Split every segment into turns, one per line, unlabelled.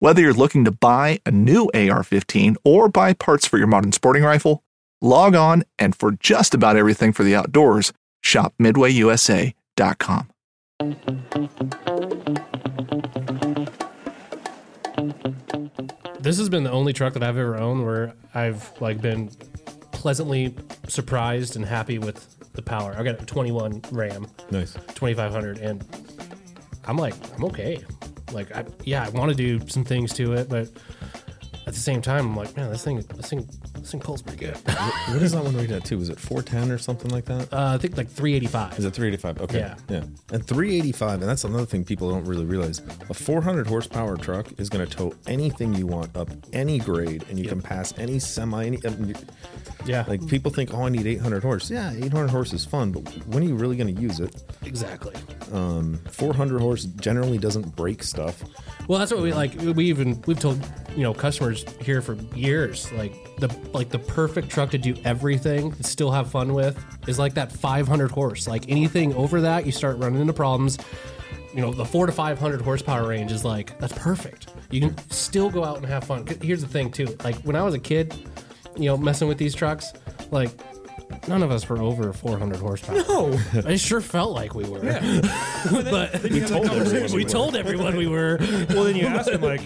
Whether you're looking to buy a new AR 15 or buy parts for your modern sporting rifle, log on and for just about everything for the outdoors, shop midwayusa.com.
This has been the only truck that I've ever owned where I've like been pleasantly surprised and happy with the power. I got a 21 Ram,
Nice.
2500, and I'm like, I'm okay. Like, I, yeah, I want to do some things to it, but at the same time, I'm like, man, this thing, this thing, this thing pulls pretty good. uh,
What is that one we got too? Was it 410 or something like that?
I think like 385.
Is it 385? Okay.
Yeah.
And 385, and that's another thing people don't really realize. A 400 horsepower truck is going to tow anything you want up any grade, and you can pass any semi. Any, I mean,
yeah,
like people think, oh, I need 800 horse. Yeah, 800 horse is fun, but when are you really going to use it?
exactly.
400 horse generally doesn't break stuff.
Well, that's what we like. We even we've told you know customers here for years like the like the perfect truck to do everything, and still have fun with is like that 500 horse. Like anything over that, you start running into problems. You know, the four to 500 horsepower range is like that's perfect. You can still go out and have fun. 'Cause Here's the thing too. Like when I was a kid, you know, messing with these trucks, like. None of us were over 400 horsepower. No, it sure felt like we were. but we
told everyone we
we
were.
told everyone we were.
Well, then you ask them like,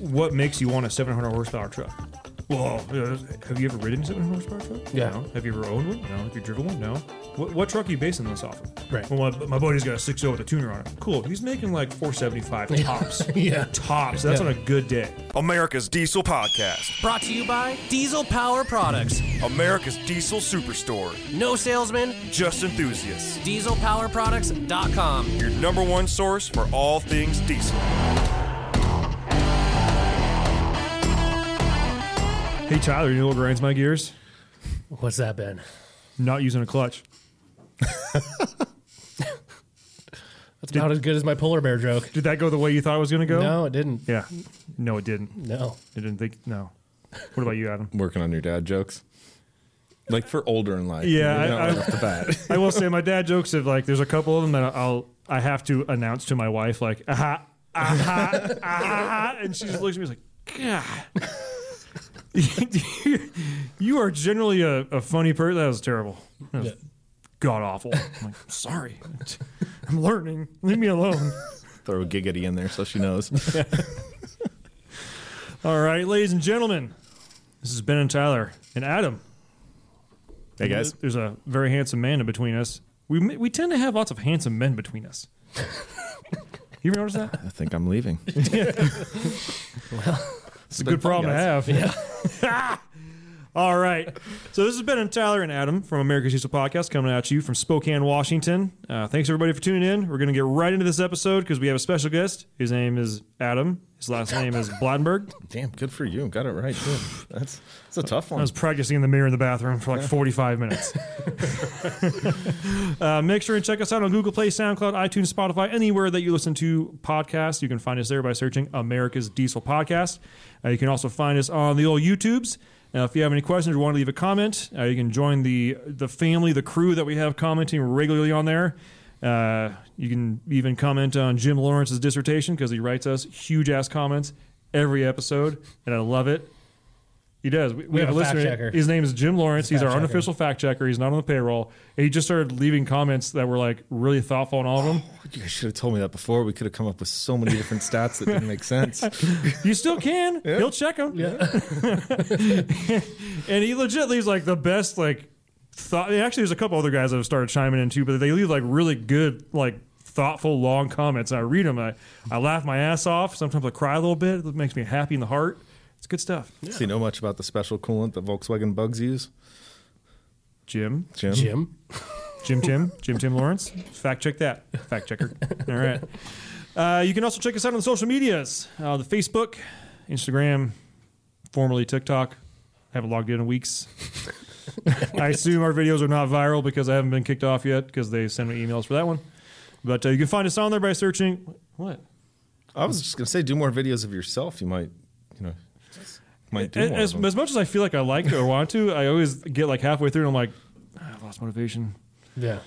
what makes you want a 700 horsepower truck? Well, uh, have you ever ridden a 700 horsepower truck?
Yeah.
No. Have you ever owned one? No. Have you driven one? No. What, what truck are you basing this off of?
Right.
Well, my, my buddy's got a 6.0 with a tuner on it. Cool. He's making like 475 tops.
Yeah.
Tops. That's
Yeah.
on a good day.
America's Diesel Podcast.
Brought to you by Diesel Power Products.
America's Diesel Superstore.
No salesman,
Just enthusiasts.
dieselpowerproducts.com.
Your number one source for all things diesel.
Hey, Tyler, you know what grinds my gears?
What's that been?
Not using a clutch.
That's about as good as my polar bear joke.
Did that go the way you thought it was going to go?
No, it didn't.
Yeah. No, it didn't.
No.
It didn't think. No. What about you, Adam?
Working on your dad jokes. Like for older in life.
Yeah,
maybe
I-
not
I-
right off the bat.
I will say my dad jokes of like there's a couple of them that I'll I have to announce to my wife like aha aha aha and she just looks at me and is like God you are generally a, a funny person that was terrible that was
Yeah.
god awful I'm like sorry I'm learning leave me alone
Throw a giggity in there so she knows.
all right ladies and gentlemen this is Ben and Tyler and Adam
hey guys.
there's a very handsome man in between us we we tend to have lots of handsome men between us you ever notice that
I think I'm leaving.
It's a good problem to have. Yeah. All right. So this has been Tyler and Adam from America's Useful Podcast coming at you from Spokane, Washington. Uh, thanks everybody for tuning in. We're going to get right into this episode because we have a special guest. His name is Adam. His last name is Bladenberg.
Damn, good for you. Got it right too. That's that's a tough
I
one.
was practicing in the mirror in the bathroom for like 45 minutes. uh, make sure and check us out on Google Play, SoundCloud, iTunes, Spotify, anywhere that you listen to podcasts. You can find us there by searching America's Diesel Podcast. Uh, you can also find us on the old YouTubes Now, if you have any questions or want to leave a comment, uh, you can join the the family, the crew that we have commenting regularly on there. Uh, you can even comment on Jim Lawrence's dissertation because he writes us huge ass comments every episode, and I love it. He does. We, we
have
have a
a fact
listener.
checker.
His name is Jim Lawrence. He's,
fact
our
checker.
unofficial fact checker. He's not on the payroll. And he just started leaving comments that were like really thoughtful on all of them.
You guys should have told me that before. We could have come up with so many different stats that didn't make sense.
You still can. He'll check them. and he legit leaves like the best like thought. Actually, there's a couple other guys that have started chiming in too, but they leave like really good like thoughtful long comments. I read them. I, I laugh my ass off. Sometimes I cry a little bit. It makes me happy in the heart. It's good stuff.
So you know much about the special coolant that Volkswagen bugs use,
Jim,
Jim?
Jim.
Jim, Tim, Jim, Tim Lawrence. Fact check that. Fact checker. All right. Uh, you can also check us out on the social medias: uh, the Facebook, Instagram, formerly TikTok. haven't logged in in weeks. I assume our videos are not viral because I haven't been kicked off yet because they send me emails for that one. But uh, you can find us on there by searching what
I was just gonna say, do more videos of yourself. You might, you know, might do more.
as,
of them.
as much as I feel like I like or want to, I always get like halfway through and I'm like, "Ah, I lost motivation.
Yeah.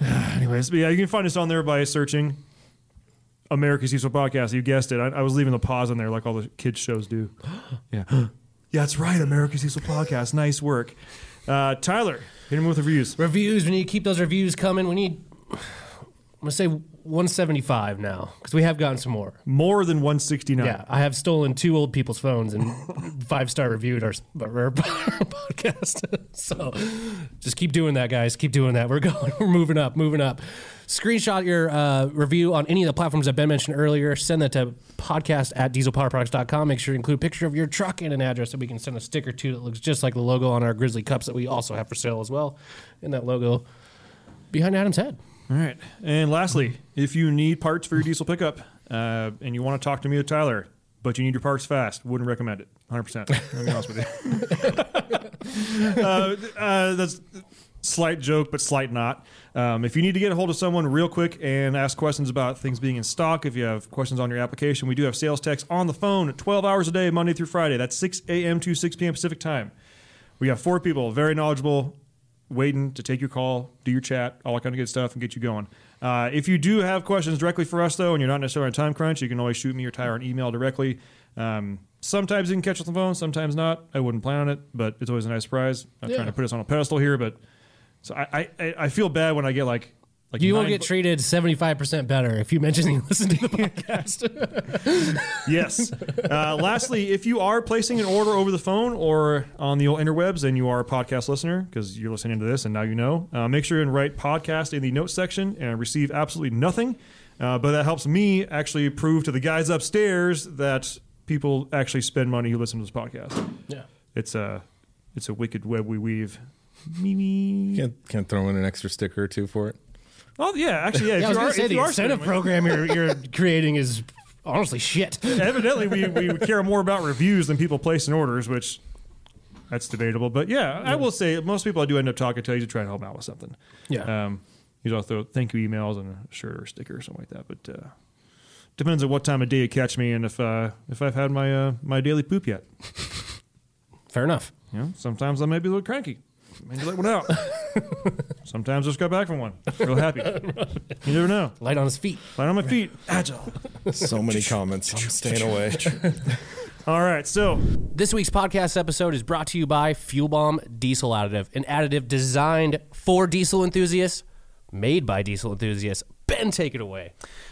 Anyways, but yeah, you can find us on there by searching America's Useful Podcast. You guessed it. I, I was leaving the pause on there like all the kids' shows do. yeah. yeah, that's right. America's Useful Podcast. Nice work. Uh, Tyler, hit him with the reviews.
Reviews. We need to keep those reviews coming. We need. I'm gonna say 175 now because we have gotten some more.
More than 169.
Yeah, I have stolen two old people's phones and five star reviewed our, our, our podcast. so just keep doing that, guys. Keep doing that. We're going. We're moving up. Moving up. Screenshot your uh, review on any of the platforms that Ben mentioned earlier. Send that to podcast at dieselpowerproducts.com. Make sure you include a picture of your truck and an address that we can send a sticker to that looks just like the logo on our Grizzly Cups that we also have for sale as well. And that logo behind Adam's head.
All right. And lastly, if you need parts for your diesel pickup uh, and you want to talk to me or Tyler, but you need your parts fast, wouldn't recommend it. 100%. I'll be honest with you. uh, uh, that's slight joke, but slight not. Um, if you need to get a hold of someone real quick and ask questions about things being in stock, if you have questions on your application, we do have sales techs on the phone 12 hours a day, Monday through Friday. That's 6 a.m. to 6 p.m. Pacific time. We have four people, very knowledgeable, waiting to take your call, do your chat, all that kind of good stuff, and get you going. Uh, if you do have questions directly for us, though, and you're not necessarily on a time crunch, you can always shoot me or Tyler an email directly. Um, sometimes you can catch us on the phone, sometimes not. I wouldn't plan on it, but it's always a nice surprise. I'm trying to put us on a pedestal here, but so I, I- I, I feel bad when I get like. Like
You will
nine
get
bu-
treated 75% better if you mention you listen to the podcast.
Yes. Uh, lastly, if you are placing an order over the phone or on the old interwebs and you are a podcast listener, because you're listening to this and now you know, uh, make sure and write podcast in the notes section and receive absolutely nothing. Uh, but that helps me actually prove to the guys upstairs that people actually spend money who listen to this podcast.
yeah.
It's a, it's a wicked web we weave. Me, me.
can't can't throw in an extra sticker or two for it.
Oh, yeah, actually, yeah.
Yeah, I was
you
going
are,
to say
if
the
you are
incentive
spending money-
program you're, you're creating is honestly shit.
Evidently, we, we care more about reviews than people placing orders, which that's debatable. But yeah, I will say most people I do end up talking to, I usually try and help them out with something.
Yeah.
Um, usually I'll throw thank you emails and a shirt or sticker or something like that. But uh, depends on what time of day you catch me and if uh, if I've had my uh, my daily poop yet.
Fair enough.
You know, sometimes I may be a little cranky. Maybe let one out. sometimes I just got back from one. Real happy. You never know.
Light on his feet.
Light on my feet. Agile.
So many comments. I'm staying away.
All right. So
This week's podcast episode is brought to you by Fuel Bomb Diesel Additive, an additive designed for diesel enthusiasts, made by diesel enthusiasts. Ben, take it away.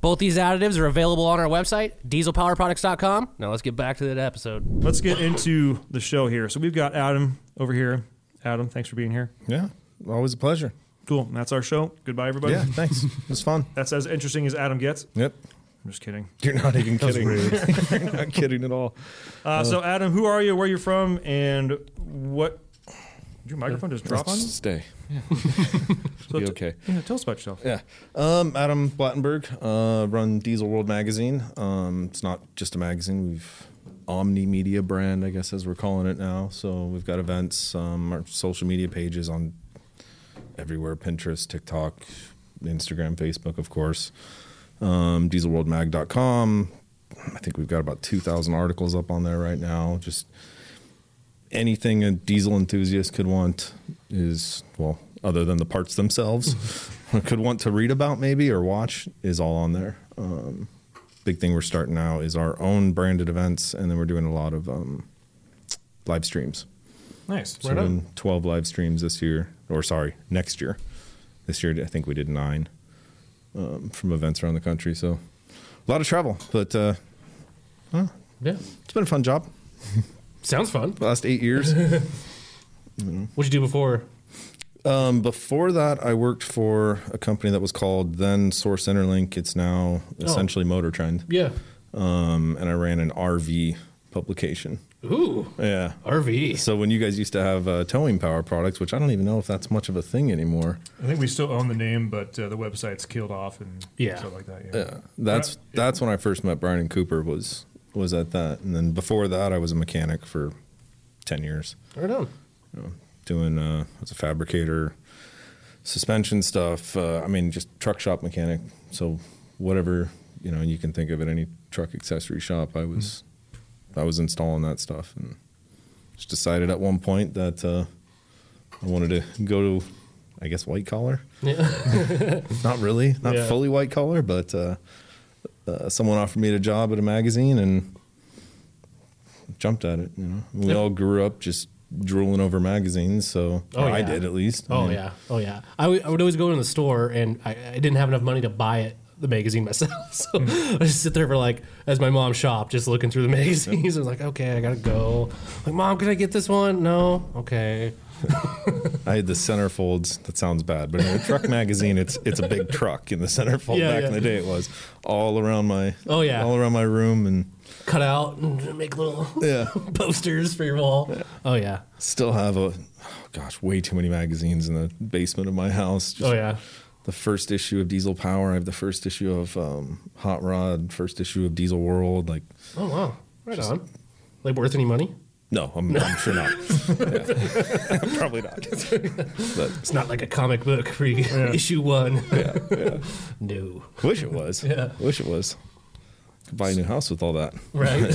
Both these additives are available on our website, dieselpowerproducts.com. Now let's get back to that episode.
Let's get into the show here. So we've got Adam over here. Adam, thanks for being here.
Yeah, always a pleasure.
Cool. That's our show. Goodbye, everybody.
Yeah, thanks. It was fun.
That's as interesting as Adam gets.
Yep.
I'm just kidding.
You're not even kidding. You're not kidding at all.
Uh, so, Adam, who are you? Where you from? And what? Did your microphone just drop on? you?
Stay. be
So t-
okay.
Yeah, tell us about yourself.
Yeah. Um, Adam Blattenberg, uh, run Diesel World Magazine. Um, it's not just a magazine. We've Omni Media brand, I guess, as we're calling it now. So we've got events, um, our social media pages on everywhere Pinterest, TikTok, Instagram, Facebook, of course. Um, dieselworldmag.com. I think we've got about 2,000 articles up on there right now. Just anything a diesel enthusiast could want is well other than the parts themselves could want to read about maybe or watch is all on there um, big thing we're starting now is our own branded events and then we're doing a lot of um, live streams
Nice.
so we're doing 12 live streams this year or sorry next year this year i think we did nine um, from events around the country so a lot of travel but uh,
Yeah.
it's been a fun job
Sounds fun.
last eight years
What'd you do before?
Um, before that, I worked for a company that was called then Source Interlink. It's now essentially Motor Trend.
Yeah.
Um, and I ran an RV publication.
Ooh.
Yeah.
RV.
So when you guys used to have uh, towing power products, which I don't even know if that's much of a thing anymore.
I think we still own the name, but uh, the website's killed off and
Yeah.
stuff like that. Yeah.
That's that's when I first met Brian and Cooper was was at that. And then before that, I was a mechanic for ten years.
Right on.
doing uh as a fabricator suspension stuff uh, i mean just truck shop mechanic so whatever you know you can think of at any truck accessory shop i was
Hmm.
i was installing that stuff and just decided at one point that uh i wanted to go to i guess white collar not really not
Yeah.
fully white collar but uh, uh someone offered me a job at a magazine and jumped at it. You know, we all grew up just drooling over magazines, so
Oh,
I
yeah.
did at least. I
Oh
mean,
yeah, oh yeah. I, w- I would always go in the store, and I, I didn't have enough money to buy it, the magazine myself. So I just sit there for like, as my mom shopped, just looking through the magazines. I was like, okay, I gotta go. Like, mom, can I get this one? No, okay.
I had the centerfolds. That sounds bad, but in a truck magazine, it's it's a big truck in the centerfold.
Yeah,
back
yeah.
in the day, it was all around my
Oh, yeah.
all around my room, and
Cut out and make little
yeah,
posters for your wall. Oh yeah,
still have a. oh, Gosh, way too many magazines in the basement of my house. Just
oh yeah.
the first issue of Diesel Power. I have the first issue of um, Hot Rod. First issue of Diesel World. Like
Oh wow, right on. Like worth any money?
No, I'm, I'm sure not. Yeah. Probably not. But
It's not like a comic book where you get issue one. no,
wish it was.
Yeah.
Wish it was. Could buy a new house with all that.
right?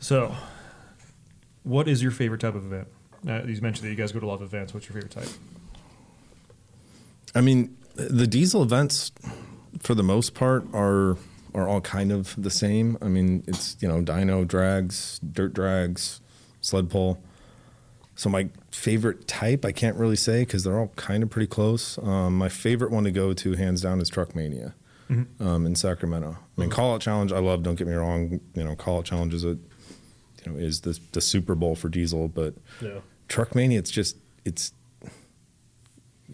So, what is your favorite type of event? Uh, you mentioned that you guys go to a lot of events. What's your favorite type?
I mean, the diesel events, for the most part, are are all kind of the same. I mean, it's you know dyno drags, dirt drags, sled pull. So my favorite type, I can't really say because they're all kind of pretty close. Um, my favorite one to go to, hands down, is Truck Mania um, in Sacramento. I mean, Call Out Challenge, I love. Don't get me wrong. You know, Call Out Challenge is a you know is the the Super Bowl for diesel, but
Yeah.
Truck Mania, it's just it's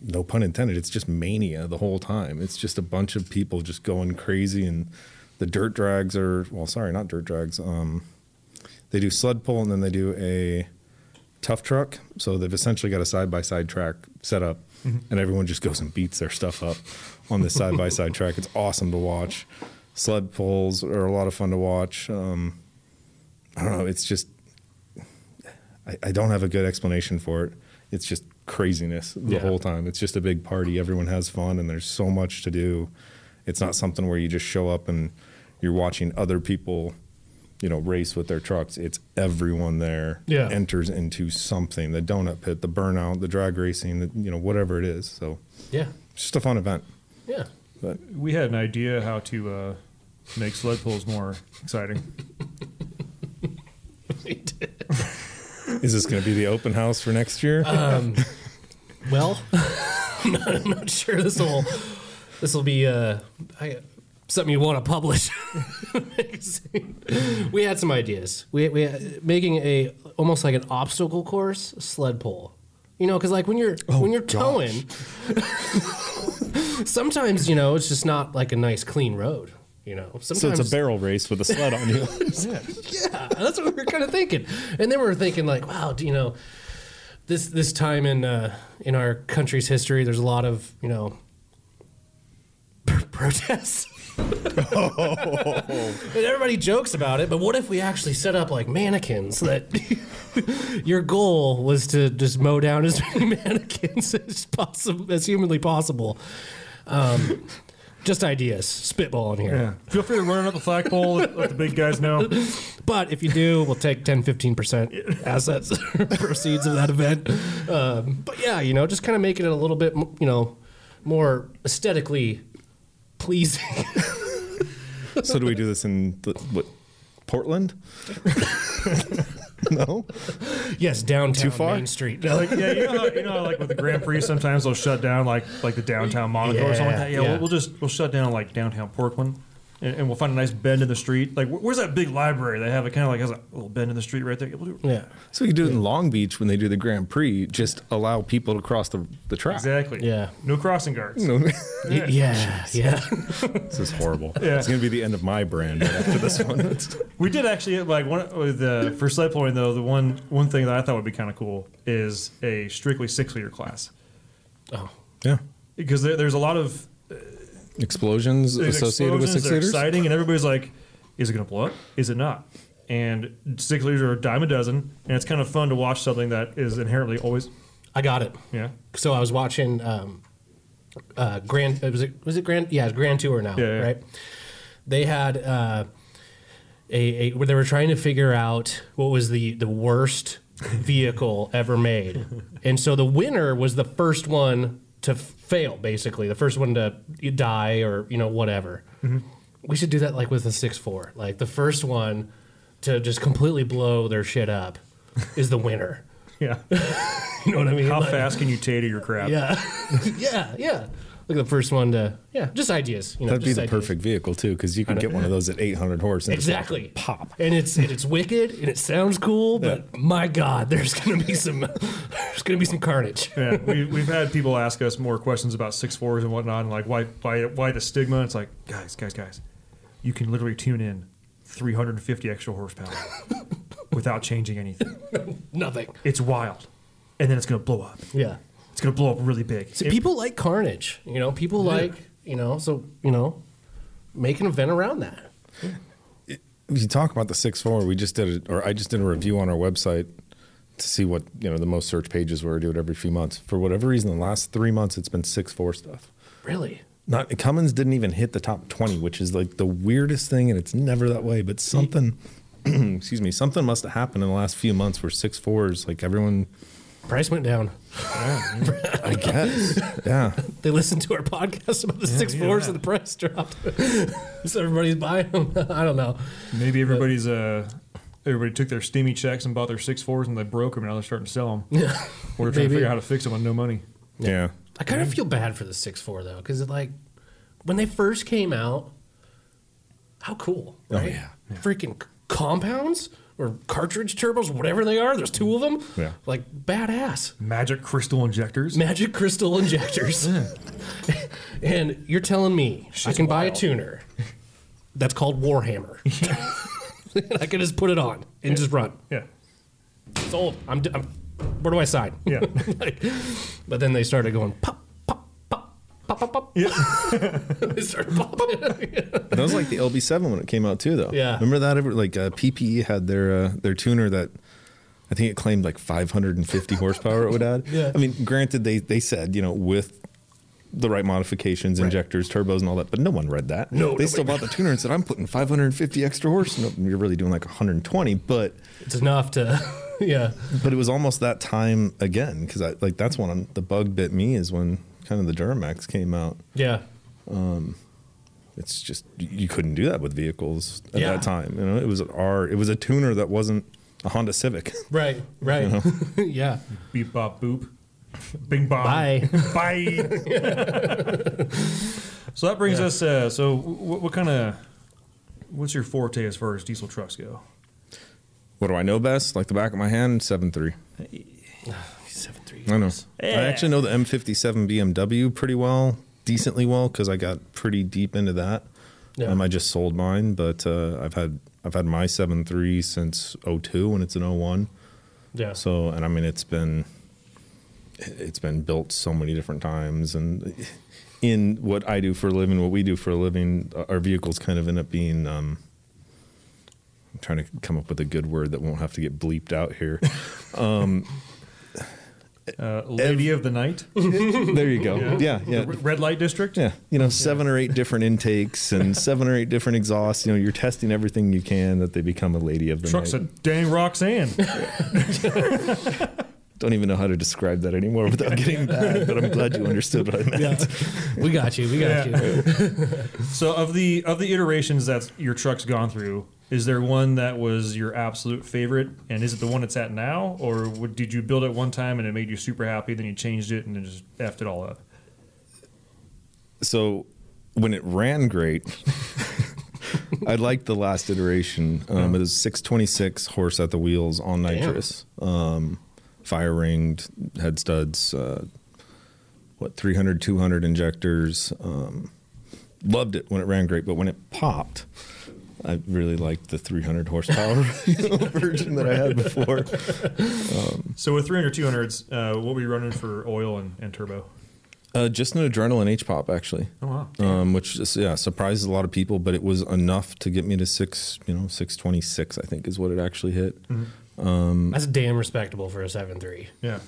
no pun intended. It's just mania the whole time. It's just a bunch of people just going crazy, and the dirt drags are well, sorry, not dirt drags. Um, they do sled pull, and then they do a tough truck. So they've essentially got a side by side track set up, and everyone just goes and beats their stuff up on this side by side track. It's awesome to watch. Sled pulls are a lot of fun to watch. Um, I don't know. It's just I, I don't have a good explanation for it. It's just craziness the
Yeah.
whole time. It's just a big party. Everyone has fun, and there's so much to do. It's not something where you just show up and you're watching other people, you know, race with their trucks. It's everyone there
Yeah.
enters into something the donut pit, the burnout, the drag racing, the, you know, whatever it is. So
yeah,
it's just a fun event.
yeah.
We had an idea how to uh, makes sled pulls more exciting.
Is this going to be the open house for next year?
Well, I'm not, I'm not sure this will this will be uh, I, something you want to publish. we had some ideas. We we making a almost like an obstacle course sled pull. You know, because like when you're
Oh,
when you're towing, sometimes you know it's just not like a nice clean road. You know, sometimes
so it's a barrel race with a sled on you.
yeah, that's what we were kind of thinking. And then we were thinking like, wow, do you know, this this time in uh, in our country's history, there's a lot of you know pr- protests. and everybody jokes about it, but what if we actually set up like mannequins that your goal was to just mow down as many mannequins as possible, as humanly possible? Um, just ideas, spitballing here.
Yeah. Feel free to run up the flagpole. let let the big guys know.
But if you do, we'll take 10, 15% assets, proceeds of that event. Um, but yeah, you know, just kind of making it a little bit, m- you know, more aesthetically pleasing.
so do we do this in the, what? Portland? no.
yes, downtown Too
far?
Main Street.
Like, yeah, you know, how, you know, how, like with the Grand Prix, sometimes they'll shut down like like the downtown Monaco or something like
Yeah,
that. Yeah,
yeah.
We'll, we'll just we'll shut down like downtown Portland, and, and we'll find a nice bend in the street. Like, wh- where's that big library? They have it kind of like has a little bend in the street right there. Yeah, we'll do-
Yeah.
So we could do it in Long Beach when they do the Grand Prix. Just allow people to cross the, the track.
Exactly.
Yeah.
No crossing guards.
No,
Y- Yeah. Yeah.
this is horrible.
Yeah.
It's going to be the end of my brand right after this one.
We did actually like one with the for sled pulling though. The one one thing that I thought would be kind of cool is a strictly six liter class
Oh,
yeah.
because there, there's a lot of
Explosions
there's
associated with
explosions,
six
they're
liters.
exciting, and everybody's like, "Is it going to blow up? Is it not?" And six liters are a dime a dozen, and it's kind of fun to watch something that is inherently always
I got it.
yeah
So I was watching um, uh, Grand. uh, Was it was it Grand? Yeah, it's Grand Tour now,
Yeah, yeah.
right? They had uh, a, a where they were trying to figure out what was the the worst vehicle ever made, and so the winner was the first one to f- fail, basically the first one to die or you know whatever.
Mm-hmm.
We should do that like with the six four, like the first one to just completely blow their shit up is the winner.
yeah.
You know what I mean?
How
Like-
fast can you tater your crap?
yeah. yeah. Yeah. Like the first one to, yeah, just ideas. You know,
That'd be
just
the
ideas.
perfect vehicle too, because you can get one of those at 800 horse. And just watch it
Exactly.
Pop.
And it's and it's wicked and it sounds cool, but my God, there's gonna be some there's gonna be some carnage.
Yeah, we, we've had people ask us more questions about six fours and whatnot, and like why why why the stigma? It's like guys, guys, guys, you can literally tune in 350 extra horsepower without changing anything.
Nothing.
It's wild, and then it's gonna blow up.
Yeah.
It's gonna blow up really big.
See,
It-
people like carnage. You know, people like you know, so you know, make an event around that.
If you talk about the six four, we just did it, or I just did a review on our website to see what you know the most search pages were. I do it every few months. For whatever reason, the last three months it's been six four stuff.
Really.
Not Cummins didn't even hit the top twenty, which is like the weirdest thing, and it's never that way. But something, excuse me, something must have happened in the last few months where six fours, like everyone,
Price went down.
I guess, yeah,
They listened to our podcast about the six fours and the price dropped. so everybody's buying them. I don't know.
Maybe everybody's uh, everybody took their steamy checks and bought their six fours and they broke them. And now they're starting to sell them.
Yeah.
We're trying
Maybe.
to figure out how to fix them on no money.
yeah.
I kind of feel bad for the six four though, because like when they first came out, how cool! Right?
Oh, yeah,
freaking c- compounds or cartridge turbos, whatever they are. There's two of them.
Yeah.
like badass
Magic crystal injectors.
magic crystal injectors. and you're telling me I can buy a tuner that's called Warhammer. I can just put it on and just run.
yeah,
Sold. I'm. D- I'm where do I sign?
yeah.
like, but then they started going pop, pop, pop, pop, pop, pop. Yeah. they started popping.
That was like the LB7 when it came out too, though.
Yeah.
Remember that? Ever- Like uh, PPE had their uh, their tuner that I think it claimed like 550 horsepower it would add.
Yeah.
I mean, granted, they they said you know with the right modifications, injectors, turbos, and all that, but no one read that.
No,
they still bought the tuner and said, "I'm putting 550 extra horse." No, you're really doing like 120, but
it's enough to, yeah.
but it was almost that time again because I like that's when the bug bit me is when kind of the Duramax came out.
Yeah.
it's just you- you couldn't do that with vehicles at
Yeah.
that time. You know, it was an R. It was a tuner that wasn't a Honda Civic.
Right, right. yeah.
Beep bop boop. Bing bong.
Bye.
Bye. so that brings us. Uh, so what, what kind of what's your forte as far as diesel trucks go?
What do I know best? Like the back of my hand, seven three.
Seven three.
I know. I actually know the M57 BMW pretty well, decently well, because I got pretty deep into that.
Yeah.
Um, I just sold mine, but uh, I've had I've had my 7.3 since 02, and it's an 01.
Yeah.
So, and I mean, it's been it's been built so many different times, and in what I do for a living, what we do for a living, uh, our vehicles kind of end up being. Um, I'm trying to come up with a good word that won't have to get bleeped out here.
Uh, Lady of the night.
there you go. Yeah, yeah.
The r- red light district.
Yeah, you know, seven or eight different intakes and seven or eight different exhausts. You know, you're testing everything you can that they become a lady of the
Truck's a
night.
dang Roxanne.
Don't even know how to describe that anymore without getting bad. But I'm glad you understood what I meant.
We got you. We got
Yeah.
you.
so of the of the iterations that your truck's gone through, is there one that was your absolute favorite, and is it the one it's at now, or would, did you build it one time and it made you super happy, then you changed it and then just effed it all up?
so when it ran great, I liked the last iteration. Um, It was 626 horse at the wheels on nitrous, um, fire ringed, head studs, uh, what, 300, 200 injectors. Um, loved it when it ran great, but when it popped, I really liked the 300 horsepower you know, version that I had before.
So with 300 200s, uh, what were you running for oil and, and turbo?
Uh, just an adrenaline H pop, actually.
Oh, wow.
Um, which is, yeah surprises a lot of people, but it was enough to get me to six, you know, six twenty six. I think is what it actually hit.
Mm-hmm.
That's damn respectable for a seven three.
Yeah.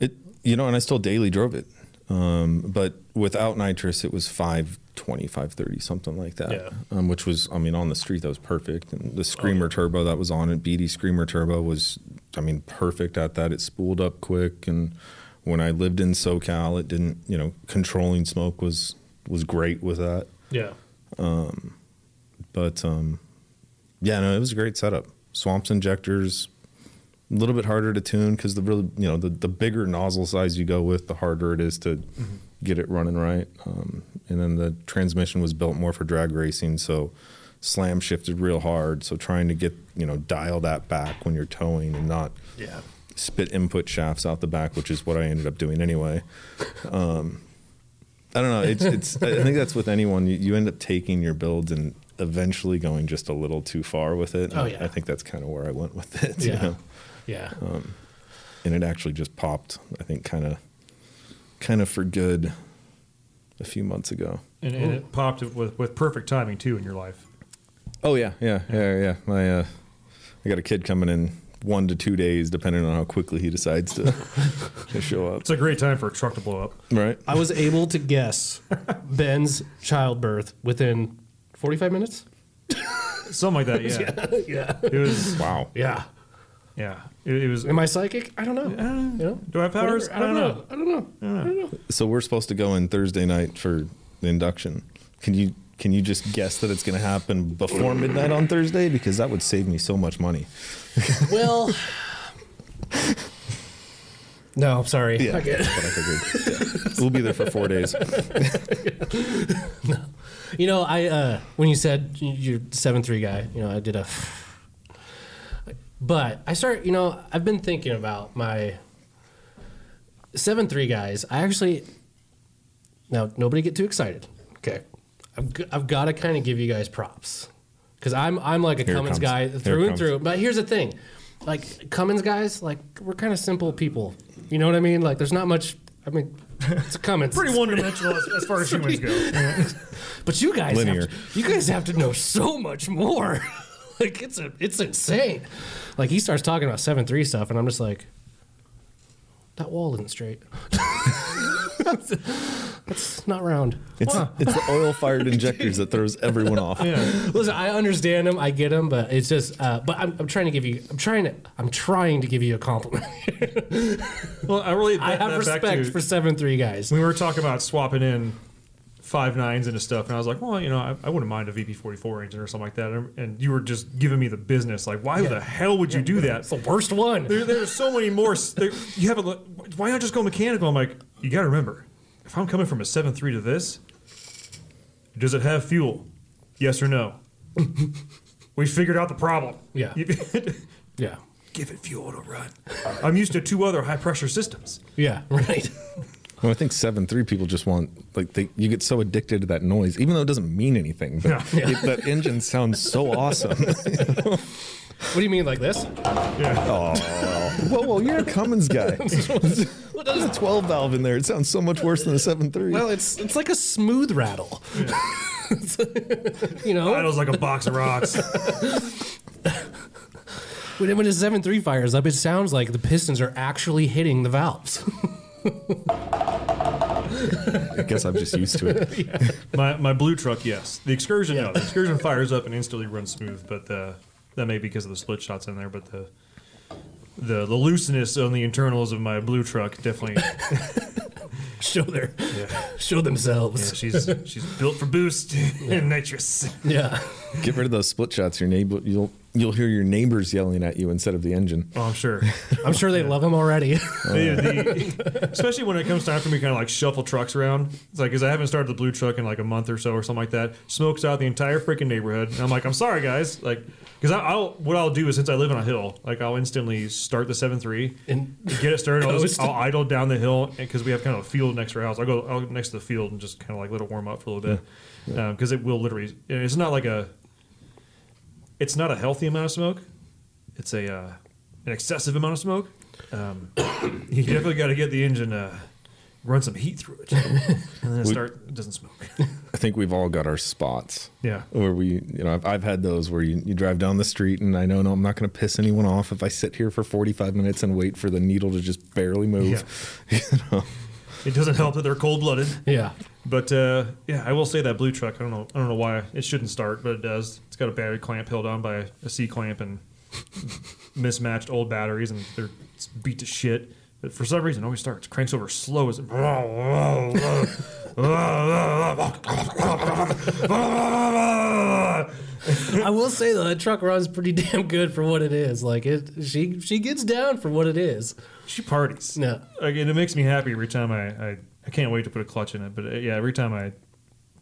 It, you know, and I still daily drove it, um, but without nitrous, it was 520, 530, something like that.
Yeah.
Um, which was, I mean, on the street that was perfect, and
Oh,
the Screamer Turbo that was on it, BD Screamer Turbo was, I mean, perfect at that. It spooled up quick, and when I lived in SoCal, it didn't, you know, controlling smoke was was great with that.
Yeah.
but um, yeah, no, it was a great setup. Swamps injectors, a little bit harder to tune because the really, you know, the, the bigger nozzle size you go with, the harder it is to
Mm-hmm.
get it running right. Um, and then the transmission was built more for drag racing, so slam shifted real hard. So trying to get, you know, dial that back when you're towing and not
Yeah.
spit input shafts out the back, which is what I ended up doing anyway. Um, I don't know. It's, it's. I think that's with anyone. You, you end up taking your builds and eventually going just a little too far with it.
Oh, yeah.
I think that's kind of where I went with it. You
Yeah.
know?
Yeah. Uh,
And it actually just popped. I think kind of, kind of for good, a few months ago.
And, and it popped with, with perfect timing, too, in your life.
Oh yeah, yeah, yeah, yeah. My, uh, I got a kid coming in one to two days, depending on how quickly he decides to, to show up.
It's a great time for a truck to blow up.
Right.
I was able to guess Ben's childbirth within 45 minutes.
Something like that, yeah.
Yeah.
It was,
Wow.
Yeah.
yeah. It, it was,
Am I psychic? I don't know. You know?
do I have powers?
Whatever. I don't know. I don't know.
So we're supposed to go in Thursday night for the induction. Can you can you just guess that it's going to happen before midnight on Thursday? Because that would save me so much money.
Well, no, I'm sorry. I get-
that's what I figured. Yeah. We'll be there for four days.
You know, I uh, when you said you're seven three guy, you know, I did a. But I start, you know, I've been thinking about my seven three guys. I actually now nobody get too excited. Okay, I've, g- I've got to kind of give you guys props because I'm I'm like a
it
Cummins
comes.
guy
Here it
through and
comes.
through. But here's the thing, like Cummins guys, like we're kind of simple people. You know what I mean? Like there's not much. I mean, it's Cummins.
Pretty one dimensional as, as far as humans go.
But you guys, have
Linear.
to- you guys have to know so much more. like it's a, it's insane. Like he starts talking about seven three stuff, and I'm just like, that wall isn't straight. That's not round.
It's it's the oil fired injectors that throws everyone off.
Listen, I understand him, I get him, but it's just. Uh, but I'm, I'm trying to give you. I'm trying to. I'm trying to give you a compliment.
Well, I really
I have
that back
respect
to-
for seven three guys.
we were talking about swapping in five nines into stuff, and I was like, well, you know, I, I wouldn't mind a VP44 engine or something like that. And, and you were just giving me the business. Like, why the hell would you do that?
It's the worst one.
There, there's so many more. s- There, you have a. li- Why not just go mechanical? I'm like, you got to remember, if I'm coming from a seven three to this, does it have fuel? Yes or no? we figured out the problem.
Yeah. Yeah.
Give it fuel to run. I'm used to two other high pressure systems.
Yeah. Right.
Well, I think seven three people just want like they, you get so addicted to that noise, even though it doesn't mean anything. But it- that engine sounds so awesome.
What do you mean like this?
whoa, whoa, you're a Cummins guy. There's a twelve valve in there. It sounds so much worse than the seven three.
Well, it's it's like a smooth rattle. you
That
know,
was like a box of rocks.
when, when a seven three fires up, it sounds like the pistons are actually hitting the valves.
I guess I'm just used to it.
my, my blue truck, yes. The excursion, no. The excursion fires up and instantly runs smooth, but the, that may be because of the split shots in there, but the the, the looseness on the internals of my blue truck definitely
show their, show themselves.
she's she's built for boost and nitrous.
Yeah.
Get rid of those split shots. Your neighbor, you'll you'll hear your neighbors yelling at you instead of the engine.
Oh, I'm sure.
I'm sure they love him already.
The- the- especially when it comes time for me, to kind of like shuffle trucks around. It's like because I haven't started the blue truck in like a month or so or something like that. Smokes out the entire freaking neighborhood, and I'm like, I'm sorry, guys. Like, because I'll what I'll do is since I live on a hill, like I'll instantly start the seven three
And-
get it started. I'll, just,
Coast.
I'll idle down the hill because we have kind of a field next to our house. I'll go out next to the field and just kind of like let it warm up for a little bit because it will literally. and It's not like a. It's not a healthy amount of smoke. It's a uh, an excessive amount of smoke. Um, you definitely got to get the engine uh, run some heat through it, and then it start it doesn't smoke.
I think we've all got our spots.
Yeah.
Where we, you know, I've, I've had those where you, you drive down the street and I know, no, I'm not going to piss anyone off if I sit here for 45 minutes and wait for the needle to just barely move. you know?
It doesn't help that they're cold blooded.
yeah.
But uh, yeah, I will say that blue truck. I don't know. I don't know why it shouldn't start, but it does. It's got a battery clamp held on by a C clamp and mismatched old batteries, and they're it's beat to shit. But for some reason, it always starts. Cranks over slow as.
I will say though, that truck runs pretty damn good for what it is. Like it, she she gets down for what it is.
she parties.
No.
Like, and it makes me happy every time I, I I can't wait to put a clutch in it. But uh, yeah, every time I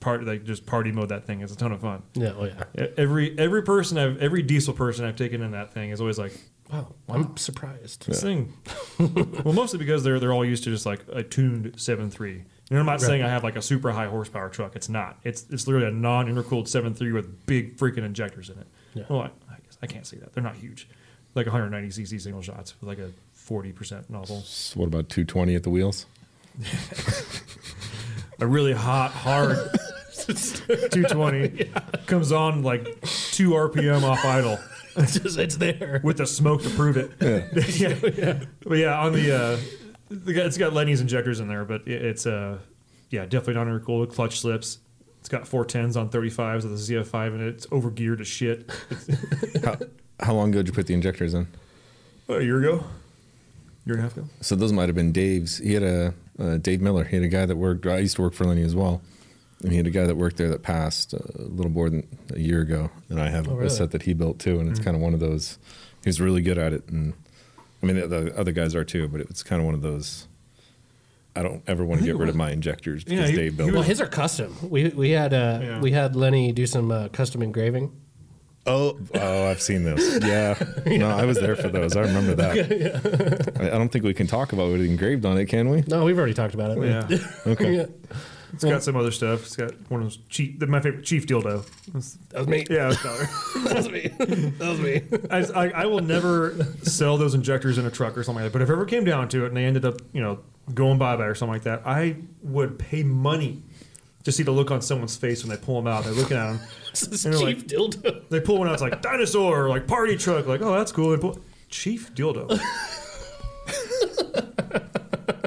part like just party mode that thing, it's a ton of fun.
Yeah. Oh yeah.
E- Every every person I've every diesel person I've taken in that thing is always like
Wow. I'm surprised.
this thing. well, mostly because they're they're all used to just like a tuned seven three. And I'm not saying I have like a super high horsepower truck. It's not. It's it's literally a non intercooled seven three with big freaking injectors in it. Well, I, I guess I can't say that. They're not huge. Like 190 cc single shots with like a 40% nozzle.
So what about 220 at the wheels?
a really hot, hard 220 comes on like two RPM off idle
It's just it's there.
with the smoke to prove it. Yeah, but yeah, on the, uh, the guy- it's got Lenny's injectors in there, but it, it's uh, yeah, definitely not intercooled. Clutch slips. It's got 410s on 35s with a ZF5 in it. It's overgeared to shit.
How, how long ago did you put the injectors in?
Oh, a year ago, year and a half ago.
So those might have been Dave's. He had a uh, Dave Miller. He had a guy that worked. I used to work for Lenny as well, and he had a guy that worked there that passed uh, a little more than a year ago. And I have
really?
a set that he built too, and it's kind of one of those. He's really good at it, and I mean the- the other guys are too. But it's kind of one of those. I don't ever want to get rid of my injectors because
he-
Dave
he
built.
Well,
them.
his are custom. We we had uh,
Yeah.
we had Lenny do some uh, custom engraving.
Oh, oh, I've seen those. Yeah. no, I was there for those. I remember that. I, I don't think we can talk about what he engraved on it, can we?
No, we've already talked about it.
Yeah.
Okay.
Oh, Yeah.
It's got some other stuff. It's got one of those cheap, my favorite chief dildo. It's-
That was me.
Yeah, it's dollar.
That was me. That was me.
I, I, I will never sell those injectors in a truck or something like that. But if it ever came down to it and they ended up, you know, going bye bye or something like that, I would pay money to see the look on someone's face when they pull them out. They're looking at them.
This
And
is
they're
Chief
like-
Dildo.
They pull one out, it's like dinosaur, like party truck, like, oh, that's cool. They pull, Chief Dildo.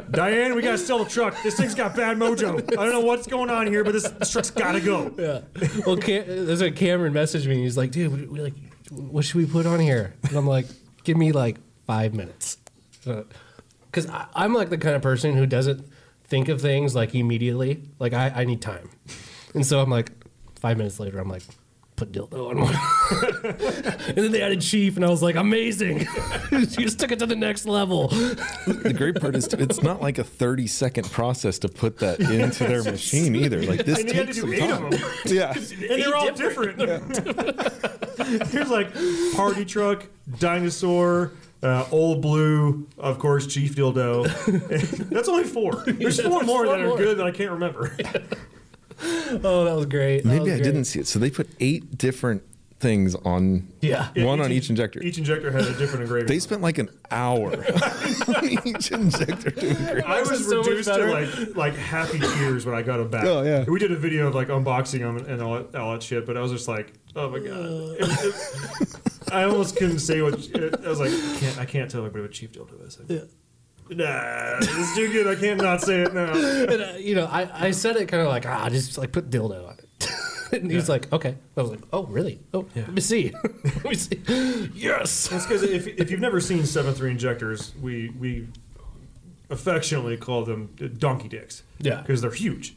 Diane, we gotta sell the truck. This thing's got bad mojo. I don't know what's going on here, but this, this truck's gotta go.
Well, Cam- that's what Cameron messaged me. He's like, dude, we, we like, what should we put on here? And I'm like, give me like five minutes. Because I'm like the kind of person who doesn't think of things like immediately. Like I, I need time, and so I'm like, five minutes later, I'm like, put dildo on one. and then they added chief, and I was like, amazing. you just took it to the next level.
The great part is it's not like a 30 second process to put that into their machine either. Like this
And you had to
takes
do
some
eight of
time.
them.
Yeah.
and they're all different. There's like party truck, dinosaur, uh, old blue, of course, chief dildo. That's only four. There's four
four
more that are
more.
good that I can't remember.
Oh, that was great. That was
Maybe I
great.
didn't see it. So they put eight different things on
Yeah.
one
Yeah,
on each injector.
Each injector had a different engraver.
they spent like an hour on each injector doing great.
I
Ours
was
is so much
reduced to
better.
like like happy tears when I got them back.
Oh, yeah.
We did a video of like unboxing them and all that, all that shit, but I was just like, oh my god. It was- it- I almost couldn't say what I was like. Can't, I can't tell everybody what Chief Dildo is. Yeah. Nah, it's too good. I can't not say it now.
And, uh, you know, I, I said it kind of like, ah, just like put dildo on it. and he's like, okay. I was like, oh, really? Oh, let me see. let me see. Yes.
It's because if, if you've never seen seven three injectors, we we affectionately call them donkey dicks.
Yeah.
because they're huge.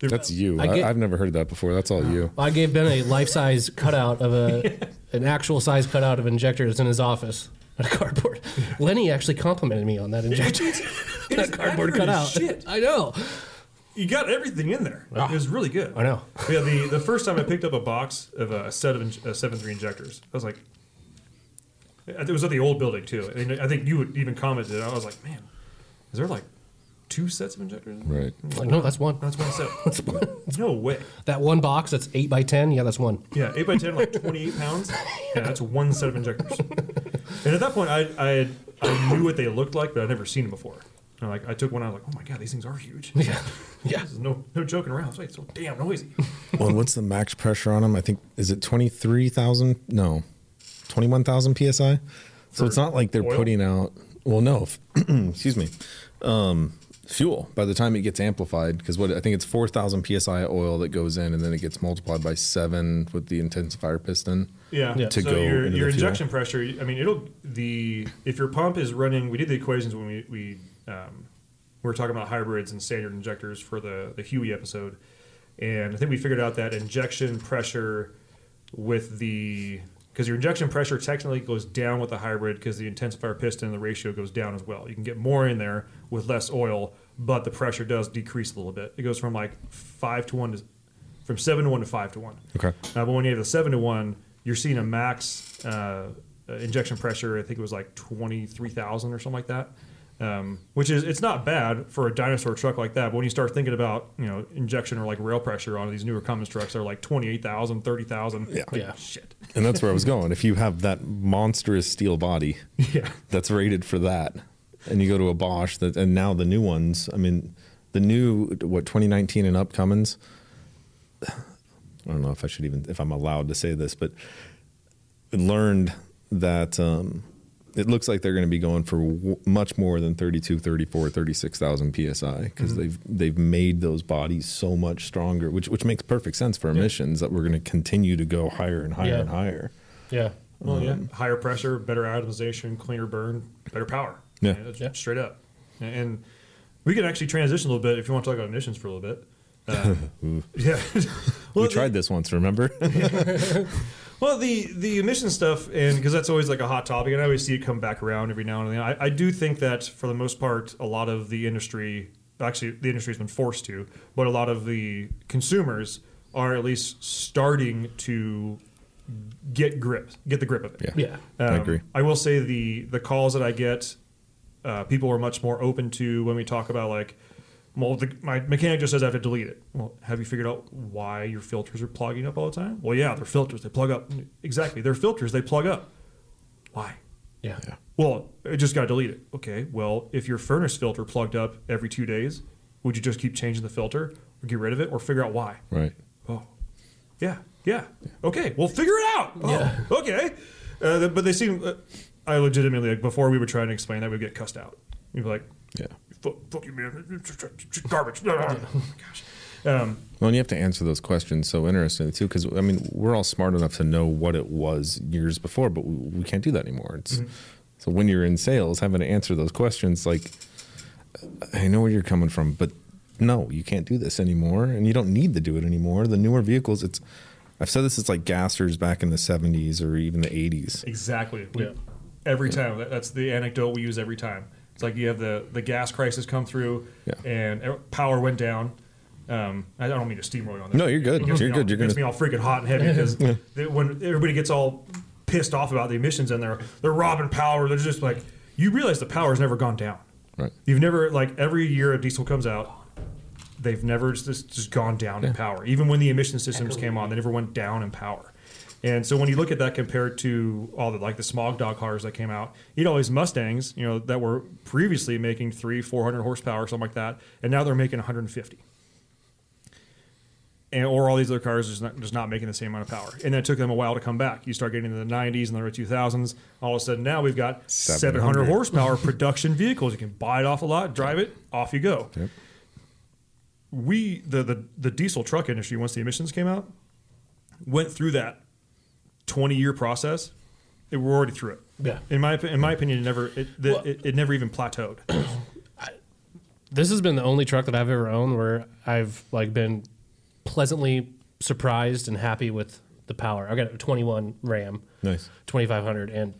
They're,
That's you.
I
I
get-
I, have never heard that before. That's all you.
I gave Ben a life size cutout of a, an actual size cutout of injectors in his office on cardboard. Lenny actually complimented me on that injector.
is
that cardboard
accurate
cutout.
as shit.
I know.
you got everything in there. It was really good.
Ah. I know.
Yeah, the, the first time I picked up a box of a set of in, uh, seven three injectors, I was like, it was at the old building too, and I think you would even commented. I was like, man, is there like two sets of injectors? in there?"
Right.
Like, no, that's one.
That's one set. no way.
That one box that's eight by ten. Yeah, that's one.
Yeah, eight by ten, like twenty eight pounds. Yeah, that's one set of injectors. and at that point, I I, had, I knew what they looked like, but I'd never seen them before. And like I took one, I was like, oh my god, these things are huge. Yeah,
Yeah.
This is no no joking around. It's like so damn noisy.
Well, and what's the max pressure on them? I think is it twenty three thousand? No, twenty one thousand psi. So it's not like they're
oil?
putting out. Well, no. f- excuse me. Um, fuel. By the time it gets amplified, because what I think it's four thousand psi oil that goes in, and then it gets multiplied by seven with the intensifier piston.
Yeah.
To
so
go
your,
into
your
the fuel.
injection pressure, I mean, it'll the if your pump is running. We did the equations when we we um, we were talking about hybrids and standard injectors for the the Huey episode, and I think we figured out that injection pressure with the because your injection pressure technically goes down with the hybrid because the intensifier piston the ratio goes down as well. You can get more in there with less oil, but the pressure does decrease a little bit. It goes from like five to one to from seven to one to five to one.
Okay.
Uh, but when you have the seven to one, you're seeing a max uh, uh, injection pressure. I think it was like twenty three thousand or something like that, um, which is it's not bad for a dinosaur truck like that. But when you start thinking about you know injection or like rail pressure on these newer Cummins trucks, they're like 28,000, 30,000. Yeah,
Yeah.
shit.
And that's where I was going. If you have that monstrous steel body,
Yeah.
that's rated for that, and you go to a Bosch that, and now the new ones. I mean, the new what 2019 and upcomings. I don't know if I should even if I'm allowed to say this, but learned that um, it looks like they're going to be going for w- much more than 32, 34, 36,000 psi because they've they've made those bodies so much stronger, which which makes perfect sense for emissions that we're going to continue to go higher and higher
Yeah.
and higher.
Yeah.
Well, Oh, yeah, higher pressure, better atomization, cleaner burn, better power.
Yeah.
that's
Yeah.
straight up. And- And we could actually transition a little bit if you want to talk about emissions for a little bit. Uh, yeah,
we tried this once, remember?
Well, the the emission stuff, and because that's always like a hot topic, and I always see it come back around every now and then. I, I do think that for the most part, a lot of the industry, actually, the industry has been forced to, but a lot of the consumers are at least starting to get grip, get the grip of it.
Yeah.
I
Um,
agree.
I will say the the calls that I get, uh, people are much more open to when we talk about like, well, the, my mechanic just says I have to delete it. Well, have you figured out why your filters are plugging up all the time? Well, yeah, they're filters. They plug up. Exactly, they're filters. They plug up. Why?
Yeah.
Well, it just got deleted. Okay. Well, if your furnace filter plugged up every two days, would you just keep changing the filter or get rid of it or figure out why?
right.
Oh, yeah, yeah. Okay, well, figure it out. Oh, Okay. Uh, th- but they seem. Uh, I legitimately like before we were trying to explain that we'd get cussed out. You'd be like,
Yeah.
"Fuck, fuck you, man! Garbage!" oh my gosh. Um,
Well, and you have to answer those questions so interesting too, because I mean, we're all smart enough to know what it was years before, but we, we can't do that anymore. It's so when you're in sales, having to answer those questions, like I know where you're coming from, but no, you can't do this anymore, and you don't need to do it anymore. The newer vehicles, it's I've said this, it's like gassers back in the 70s or even the 80s.
Exactly. We- Every time. That, that's the anecdote we use every time. It's like you have the, the gas crisis come through
Yeah.
and e- power went down. Um, I don't mean to steamroll you on that.
No, you're good.
It gets
You're
me
good.
All,
You're
it gets
gonna-
me all freaking hot and heavy because they- when everybody gets all pissed off about the emissions and they're they're robbing power, they're just like, you realize the power's never gone down.
Right.
You've never like every year a diesel comes out, they've never just, just gone down in power. Even when the emission systems came on, they never went down in power. And so when you look at that compared to all the like the smog dog cars that came out, you know all these Mustangs, you know that were previously making three, four hundred horsepower, something like that, and now they're making 150. And, or all these other cars just not, just not making the same amount of power, and then it took them a while to come back. You start getting into the 90s and the early 2000s. All of a sudden, now we've got 700,
700
horsepower production vehicles. You can buy it off a lot, drive it, off you go we the, the the diesel truck industry once the emissions came out went through that 20 year process it, we're already through it
Yeah.
in my opi- in my opinion it never it, the, it, it never even plateaued
this has been the only truck that I've ever owned where I've like been pleasantly surprised and happy with the power. I got a 21 Ram,
Nice.
2500, and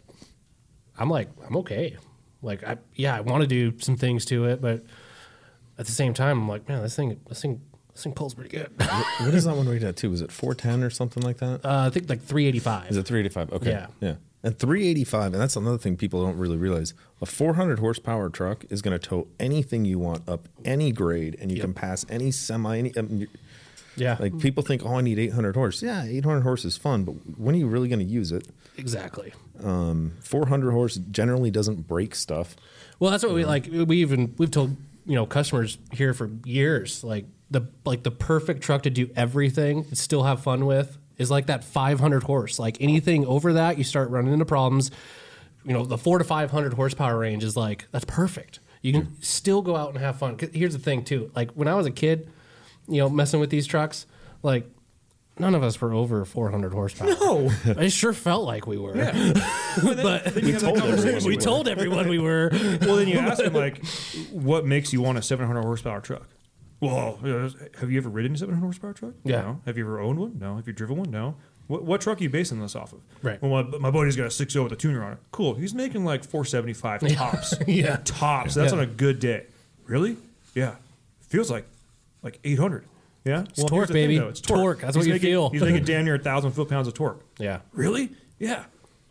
I'm like, I'm okay. Like, I yeah, I want to do some things to it, but at the same time, I'm like, man, this thing, this thing, this thing pulls pretty good. uh,
what is that one rated at too? Is it 410 or something like that?
I think like 385.
Is it 385? Okay.
Yeah.
Yeah. And 385, and that's another thing people don't really realize. A 400 horsepower truck is going to tow anything you want up any grade, and you can pass any semi. Any, um, you-
yeah,
like people think, oh, I need 800 horse. Yeah, 800 horse is fun, but when are you really going to use it?
exactly.
400 horse generally doesn't break stuff.
Well, that's what we like. We even we've told you know customers here for years like the like the perfect truck to do everything and still have fun with is like that 500 horse. Like anything over that, you start running into problems. You know, the four to 500 horsepower range is like that's perfect. You can still go out and have fun. 'Cause Here's the thing too. Like when I was a kid, you know, messing with these trucks, like. None of us were over 400 horsepower. No, it sure felt like we were. but
Then you have that conversation.
we told everyone we were.
well then you ask them like what makes you want a 700 horsepower truck well uh, have you ever ridden a 700 horsepower truck
Yeah.
no have you ever owned one no have you driven one no what, what truck are you basing this off of?
Right.
Well, my, my buddy's got a 6.0 with a tuner on it. Cool. He's making like 475 tops.
Yeah.
Tops. That's
Yeah.
on a good day. Really? Yeah. Feels like like 800. Yeah. It's
torque, baby. Torque. That's what
he's
you
making,
feel.
He's making damn near 1,000 foot pounds of torque.
Yeah.
Really? Yeah.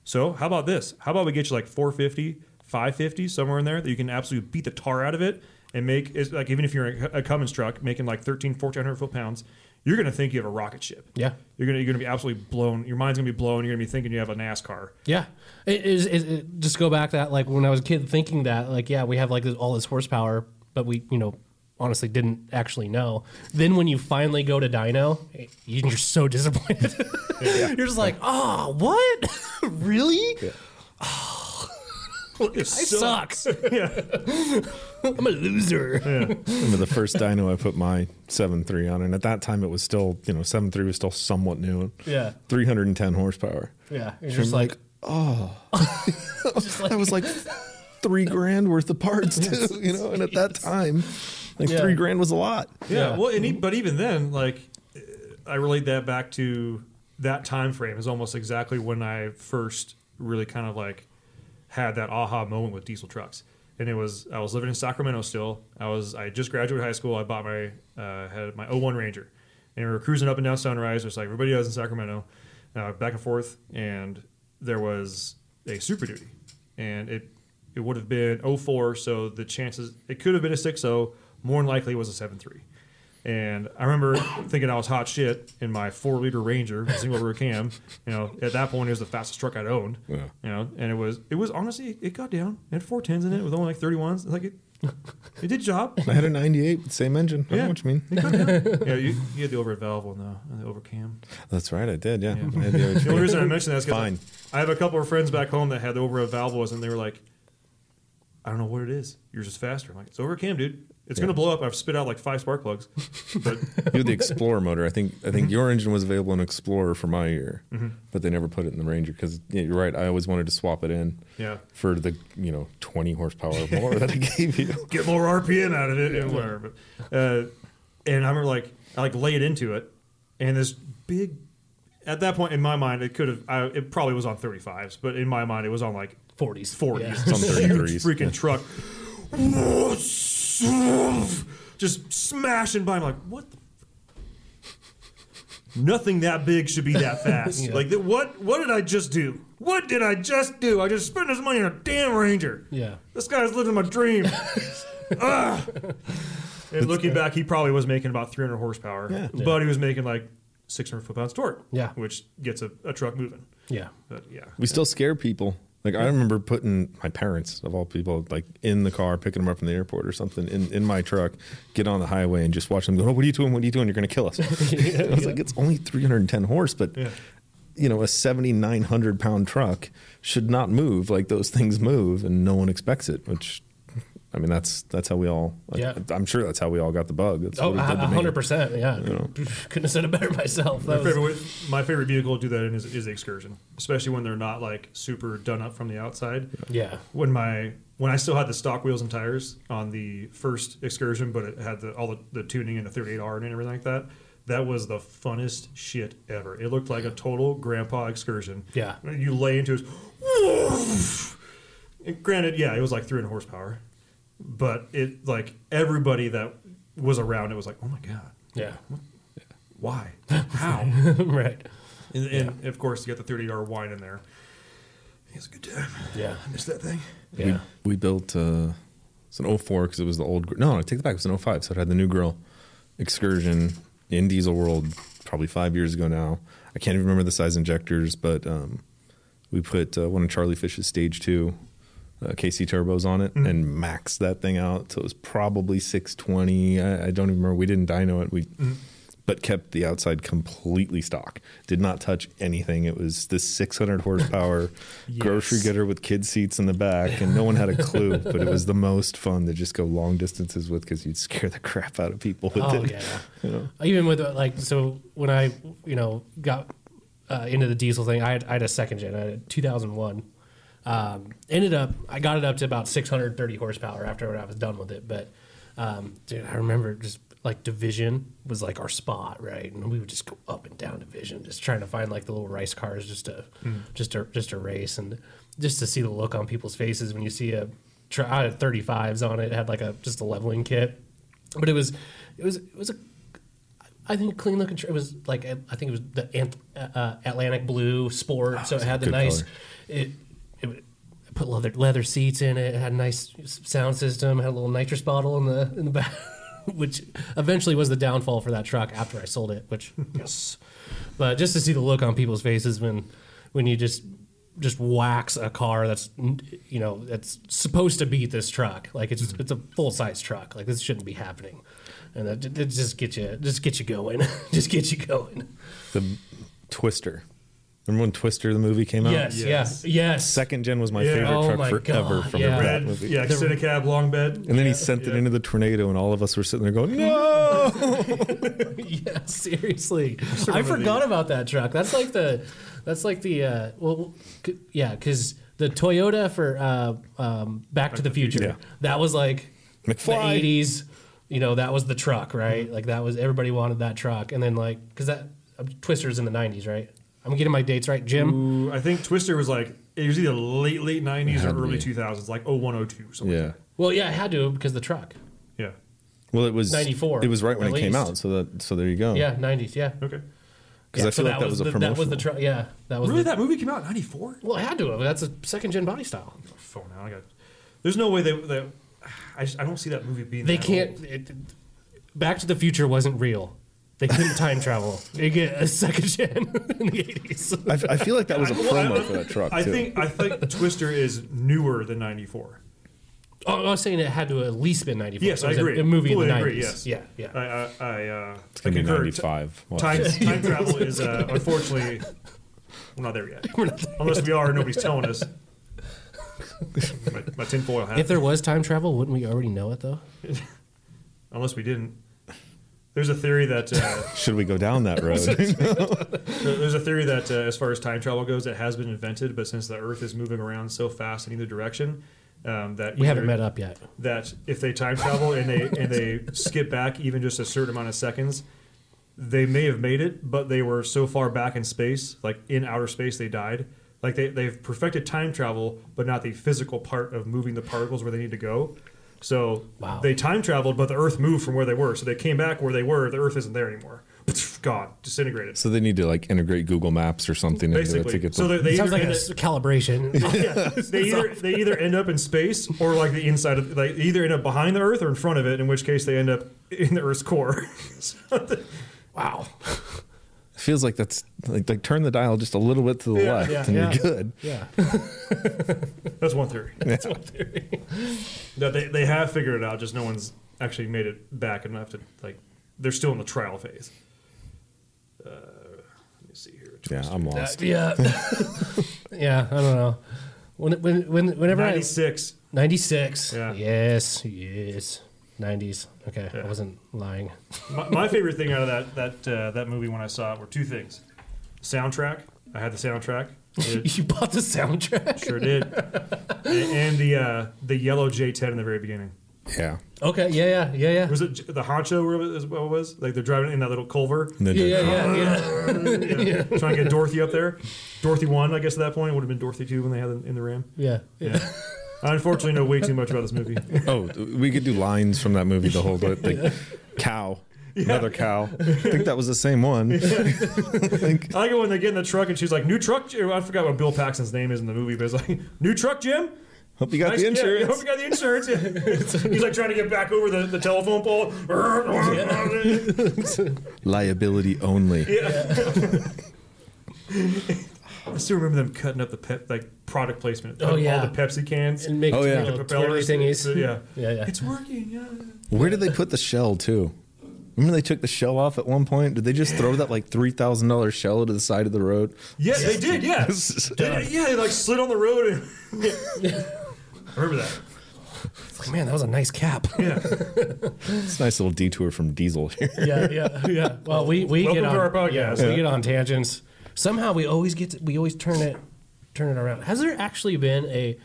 So how about this? How about we get you like 450, 550, somewhere in there that you can absolutely beat the tar out of it and make it's like even if you're a, a Cummins truck making like 13, 1400 foot pounds, you're gonna think you have a rocket ship.
Yeah.
You're gonna you're gonna be absolutely blown. Your mind's gonna be blown. You're gonna be thinking you have a NASCAR.
Yeah, it is. It, it, just go back that like when I was a kid, thinking that like yeah, we have like this, all this horsepower, but we you know honestly didn't actually know. Then when you finally go to dyno, eh, you- you're so disappointed. You're just like, oh, what? really?
It
I sucks. I'm a loser.
remember the first dyno I put my 7.3 on, and at that time it was still, you know, 7.3 was still somewhat new.
Yeah.
310 horsepower.
Yeah, it's just like,
that was like three grand worth of parts too, you know. And at that time, like
Yeah.
three grand was a lot.
Yeah.
Yeah.
Well, and e but even then, like, uh, I relate that back to that time frame is almost exactly when I first really kind of like had that aha moment with diesel trucks. And it was I was living in Sacramento still. I was I just graduated high school. I bought my uh, had my 01 Ranger, and we were cruising up and down Sunrise, just like everybody does in Sacramento, uh, back and forth. And there was a Super Duty, and it it would have been 04, so the chances it could have been a 6-0, more than likely it was a 7-3. And I remember thinking I was hot shit in my four liter Ranger single rear cam. You know, at that point it was the fastest truck I'd owned.
Yeah.
You know, and it was it was honestly it got down. It had four tens in it with only like thirty ones. Like it it did job.
I had a '98 with the same engine. I know
Yeah.
what you mean.
It got down. yeah, you, you had the overhead valve one though, and the over cam.
That's right, I did. Yeah. I had
The only reason I mentioned that is because
Fine.
I have a couple of friends back home that had the overhead valve was, and they were like, "I don't know what it is. Yours is faster." I'm like, "It's over cam, dude. It's gonna blow up." I've spit out like five spark plugs, but
you had the Explorer motor. I think I
Mm-hmm.
think your engine was available in Explorer for my year, but they never put it in the Ranger because you're right. I always wanted to swap it in.
Yeah.
For the you know 20 horsepower more that I gave you.
get more RPM out of it and whatever. But, uh, and I remember like I like laid into it, and this big. At that point, in my mind, it could have. I- It probably was on thirty fives, but in my mind, it was on like
40s.
forties.
Yeah.
It's on 33s,
Huge freaking truck. Just smashing by. I'm like, what? The Nothing that big should be that fast. Like, th- what? What did I just do? What did I just do? I just spent this money on a damn Ranger.
Yeah.
This guy's living my dream. Ah! And looking back, he probably was making about 300 horsepower, but he was making like 600 foot pounds torque,
Yeah.
which gets a, a truck moving.
Yeah.
But yeah,
We still scare people. Like I remember putting my parents, of all people, like in the car, picking them up from the airport or something, in, in my truck, get on the highway and just watch them go. Oh, what are you doing? What are you doing? You're going to kill us. I was like, it's only 310 horse, but you know, a 7,900 pound truck should not move like those things move, and no one expects it. Which, I mean, that's that's how we all. Like,
Yeah.
I'm sure that's how we all got the bug. That's
Oh,
what it did to me.
100%. Yeah. Couldn't have said it better myself. That
My
was-
favorite, way- my favorite vehicle to do that in is, is the excursion, especially when they're not like super done up from the outside.
Yeah.
When my when I still had the stock wheels and tires on the first excursion, but it had the, all the, the tuning and the 38R and everything like that. That was the funnest shit ever. It looked like a total grandpa excursion.
Yeah.
You lay into it. And granted, yeah, it was like 300 horsepower, but it like everybody that was around, it was like, oh my god,
Yeah.
why, how?
right.
And, and of course, you got the 30 yard wine in there. It's a good time.
Yeah.
I missed that thing.
Yeah.
we built uh it's an 04 because it was the old gr- no i take that back it was an 05 so it had the new grill excursion in diesel world probably five years ago now i can't even remember the size injectors but um we put uh, one of charlie fish's stage two uh, kc turbos on it and maxed that thing out so it was probably 620 i, I don't even remember we didn't dyno it we But kept the outside completely stock. Did not touch anything. It was this 600 horsepower grocery getter with kid seats in the back, and no one had a clue. but it was the most fun to just go long distances with because you'd scare the crap out of people with
Oh
it.
yeah. Even with uh, like so when I you know got uh, into the diesel thing, I had, I had a second gen, I had a 2001. Um, ended up I got it up to about 630 horsepower after I was done with it, but um, dude, I remember just like division was like our spot, right? And we would just go up and down division, just trying to find like the little race cars just to just to just to race and just to see the look on people's faces when you see a tri- I had 35s on it, it had like a just a leveling kit but it was it was it was a I think clean looking. tr- It was like I think it was the Ant, uh, Atlantic blue sport, so it had the
Oh, good
nice.
color.
It, it put leather leather seats in it. It had a nice sound system. Had a little nitrous bottle in the in the back, which eventually was the downfall for that truck after I sold it. Which yes, but just to see the look on people's faces when when you just just wax a car that's you know that's supposed to beat this truck like it's it's a full size truck like this shouldn't be happening and that, that just get you just get you going just get you going
The Twister. Remember when Twister the movie came out?
yes yes yes
Second gen was my
Yeah.
favorite
Oh
truck
my
forever
God,
from
yeah.
that
Red,
movie.
yeah, Cinecab, long bed.
And then he sent it into the tornado, and all of us were sitting there going, "No!"
yeah, seriously. I
remember
forgot about that truck. That's like the, that's like the, uh, well, c- yeah, because the Toyota for uh, um, Back to the Future,
Yeah.
that was like
McFly.
the 80s, you know, that was the truck, right? Like that was, everybody wanted that truck. And then like, because that, uh, Twister's in the 90s, right? I'm getting my dates right, Jim?
Ooh, I think Twister was like, it was either late, late 90s
Had
or
to
early
be.
2000s, like 01, 02, something like
Yeah.
Well, yeah, it had to because the truck.
that. Yeah.
Well, it was
94,
It was right when
at
it came
least.
out, so that so there you go.
Yeah, 90s, yeah.
Okay.
because
Yeah,
I feel
so
like that was, a
the,
promotion.
That was the truck, yeah. That was
Really,
the,
that movie came out in 94?
Well, it had to have. That's a second gen body style.
Phone out. I got. There's no way they. they I, just, I don't see that movie being.
They
that
can't.
old.
It, Back to the Future wasn't real. They couldn't time travel. They get a second gen in the eighties.
I, f- I feel like that was a promo for that truck.
I
too.
think I think Twister is newer than 94.
Oh, I was saying it had to at least been ninety four.
Yes, I agree.
A movie in
Fully
the
agree,
nineties.
yes.
Yeah,
I
yeah.
I, I, uh, I
Gonna be
concur.
95. Watch
Time,
this.
time travel is uh, unfortunately we're not there yet.
not there
Unless we are, nobody's telling us. my, my tinfoil hat.
If there was time travel, wouldn't we already know it though?
Unless we didn't. There's a theory that uh,
Should we go down that road?
there- there's a theory that uh, as far as time travel goes, it has been invented, but since the Earth is moving around so fast in either direction, Um, that
We haven't
either-
met up yet.
that if they time travel and they and they skip back even just a certain amount of seconds, they may have made it, but they were so far back in space, like in outer space, they died. Like they they've perfected time travel, but not the physical part of moving the particles where they need to go. So
Wow.
they time traveled, but the Earth moved from where they were. So they came back where they were. The Earth isn't there anymore. God, disintegrated.
So they need to like integrate Google Maps or something into it to
Basically,
get
so
the
they, they
Sounds
either
like a
end
s- calibration.
yeah, they either they either end up in space or like the inside of like they either end up behind the Earth or in front of it, in which case they end up in the Earth's core. So the-
wow.
feels like that's like, like turn the dial just a little bit to the
Yeah,
left
yeah,
and
yeah.
you're good.
Yeah.
That's one theory. That's one theory. that they, they have figured it out, just no one's actually made it back enough to like they're still in the trial phase. Uh, let me see here.
Yeah, I'm lost.
yeah. yeah. I don't know. When, when, when, whenever
Ninety six.
I 96.
Yeah.
Yes. Yes. 90s. Okay. I wasn't lying.
my, my favorite thing out of that that uh, that movie when I saw it were two things: soundtrack. I had the soundtrack. It-
you bought the soundtrack.
Sure did. A- and the uh, the yellow J10 in the very beginning.
Yeah.
Okay. Yeah. Yeah. Yeah. Yeah.
Was it J- the Honcho? Where it was, what it was like they're driving in that little culver,
And then
Yeah.
they-
Yeah. Yeah.
yeah, trying to get Dorothy up there. Dorothy one, I guess, at that point it would have been Dorothy two when they had it in the Ram.
Yeah. yeah.
Yeah. I unfortunately know way too much about this movie.
Oh, we could do lines from that movie the whole time. Like cow, another cow. I think that was the same one.
I like it when they get in the truck and she's like, "New truck." Jim." I forgot what Bill Paxton's name is in the movie, but it's like, "New truck, Jim."
Hope you got
Nice-
the
yeah,
insurance.
hope you got the insurance. Yeah. He's like trying to get back over the, the telephone pole.
Liability only.
I still remember them cutting up the pep, like product placement.
Oh,
cutting
yeah.
all the Pepsi cans.
And make
Oh, yeah.
little
the
twirly
propellers,
thingies.
the- yeah.
Yeah. Yeah.
It's working. Yeah.
Where did they put the shell too? Remember they took the shell off at one point? Did they just throw that like three thousand dollar shell to the side of the road?
Yeah, they did. Yeah. They- yeah, they like slid on the road. And I remember that.
It's like, man, that was a nice cap.
Yeah.
It's a nice little detour from Diesel here.
yeah, yeah, yeah. Well, we we
Welcome
get
to
on
our podcast.
yeah, we get on tangents. Somehow we always get to, we always turn it turn it around. Has there actually been a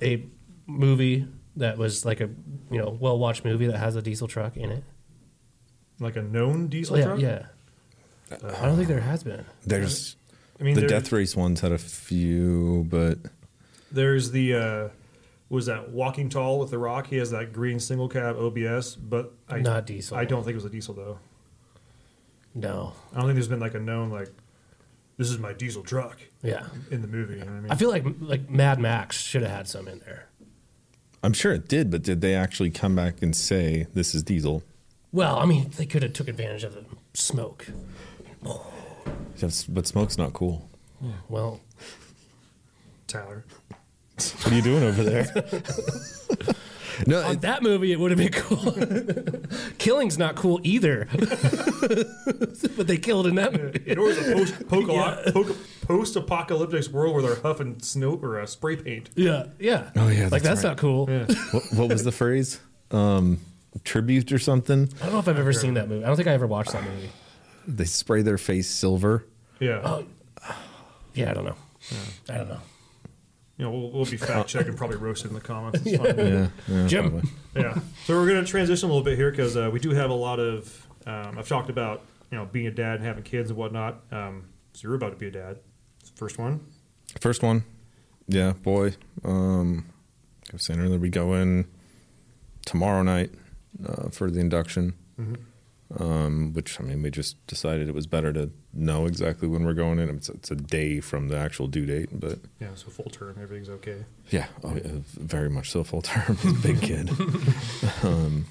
a movie that was like a you know well watched movie that has a diesel truck in it?
Like a known diesel
Oh, Yeah,
truck.
yeah. I don't think there has been.
There's
I mean,
the
there-
death race ones had a few, but
There's the. Uh, what was that Walking Tall with The Rock? He has that green single cab OBS, but I,
Not diesel.
I don't think it was a diesel though.
No.
I don't think there's been like a known like, this is my diesel truck
Yeah.
in the movie. You know what I mean?
I feel like like Mad Max should have had some in there.
I'm sure it did. But did they actually come back and say this is Diesel?
Well, I mean, they could have took advantage of the smoke.
Yes, but smoke's not cool.
Well,
Tyler.
What are you doing over there? no,
on
it-
that movie, it would have been cool. Killing's not cool either, but they killed in that movie.
It was a post post apocalyptic world where they're huffing snow or uh, spray paint.
Yeah, yeah.
Oh, yeah,
like
that's
that's
right.
not cool.
what, what was the phrase? Um, tribute or something?
I don't know if I've ever seen that movie. I don't think I ever watched that movie.
They spray their face silver.
Yeah,
Uh, Yeah, I don't know. I don't know.
you know we'll, we'll be
uh,
fact checked and probably roasted in the comments. It's fine.
Yeah, yeah,
Jim.
probably.
yeah. So we're gonna transition a little bit here because uh, we do have a lot of. Um, I've talked about you know being a dad and having kids and whatnot. Um, so you're about to be a dad. First one.
First one, yeah, boy. Um, I was saying earlier, we go in tomorrow night uh, for the induction,
Mm-hmm.
um, which I mean, we just decided it was better to know exactly when we're going in. It's, it's a day from the actual due date, but
Yeah. So full term. Everything's okay.
yeah, oh, yeah very much so full term. He's a big kid. um,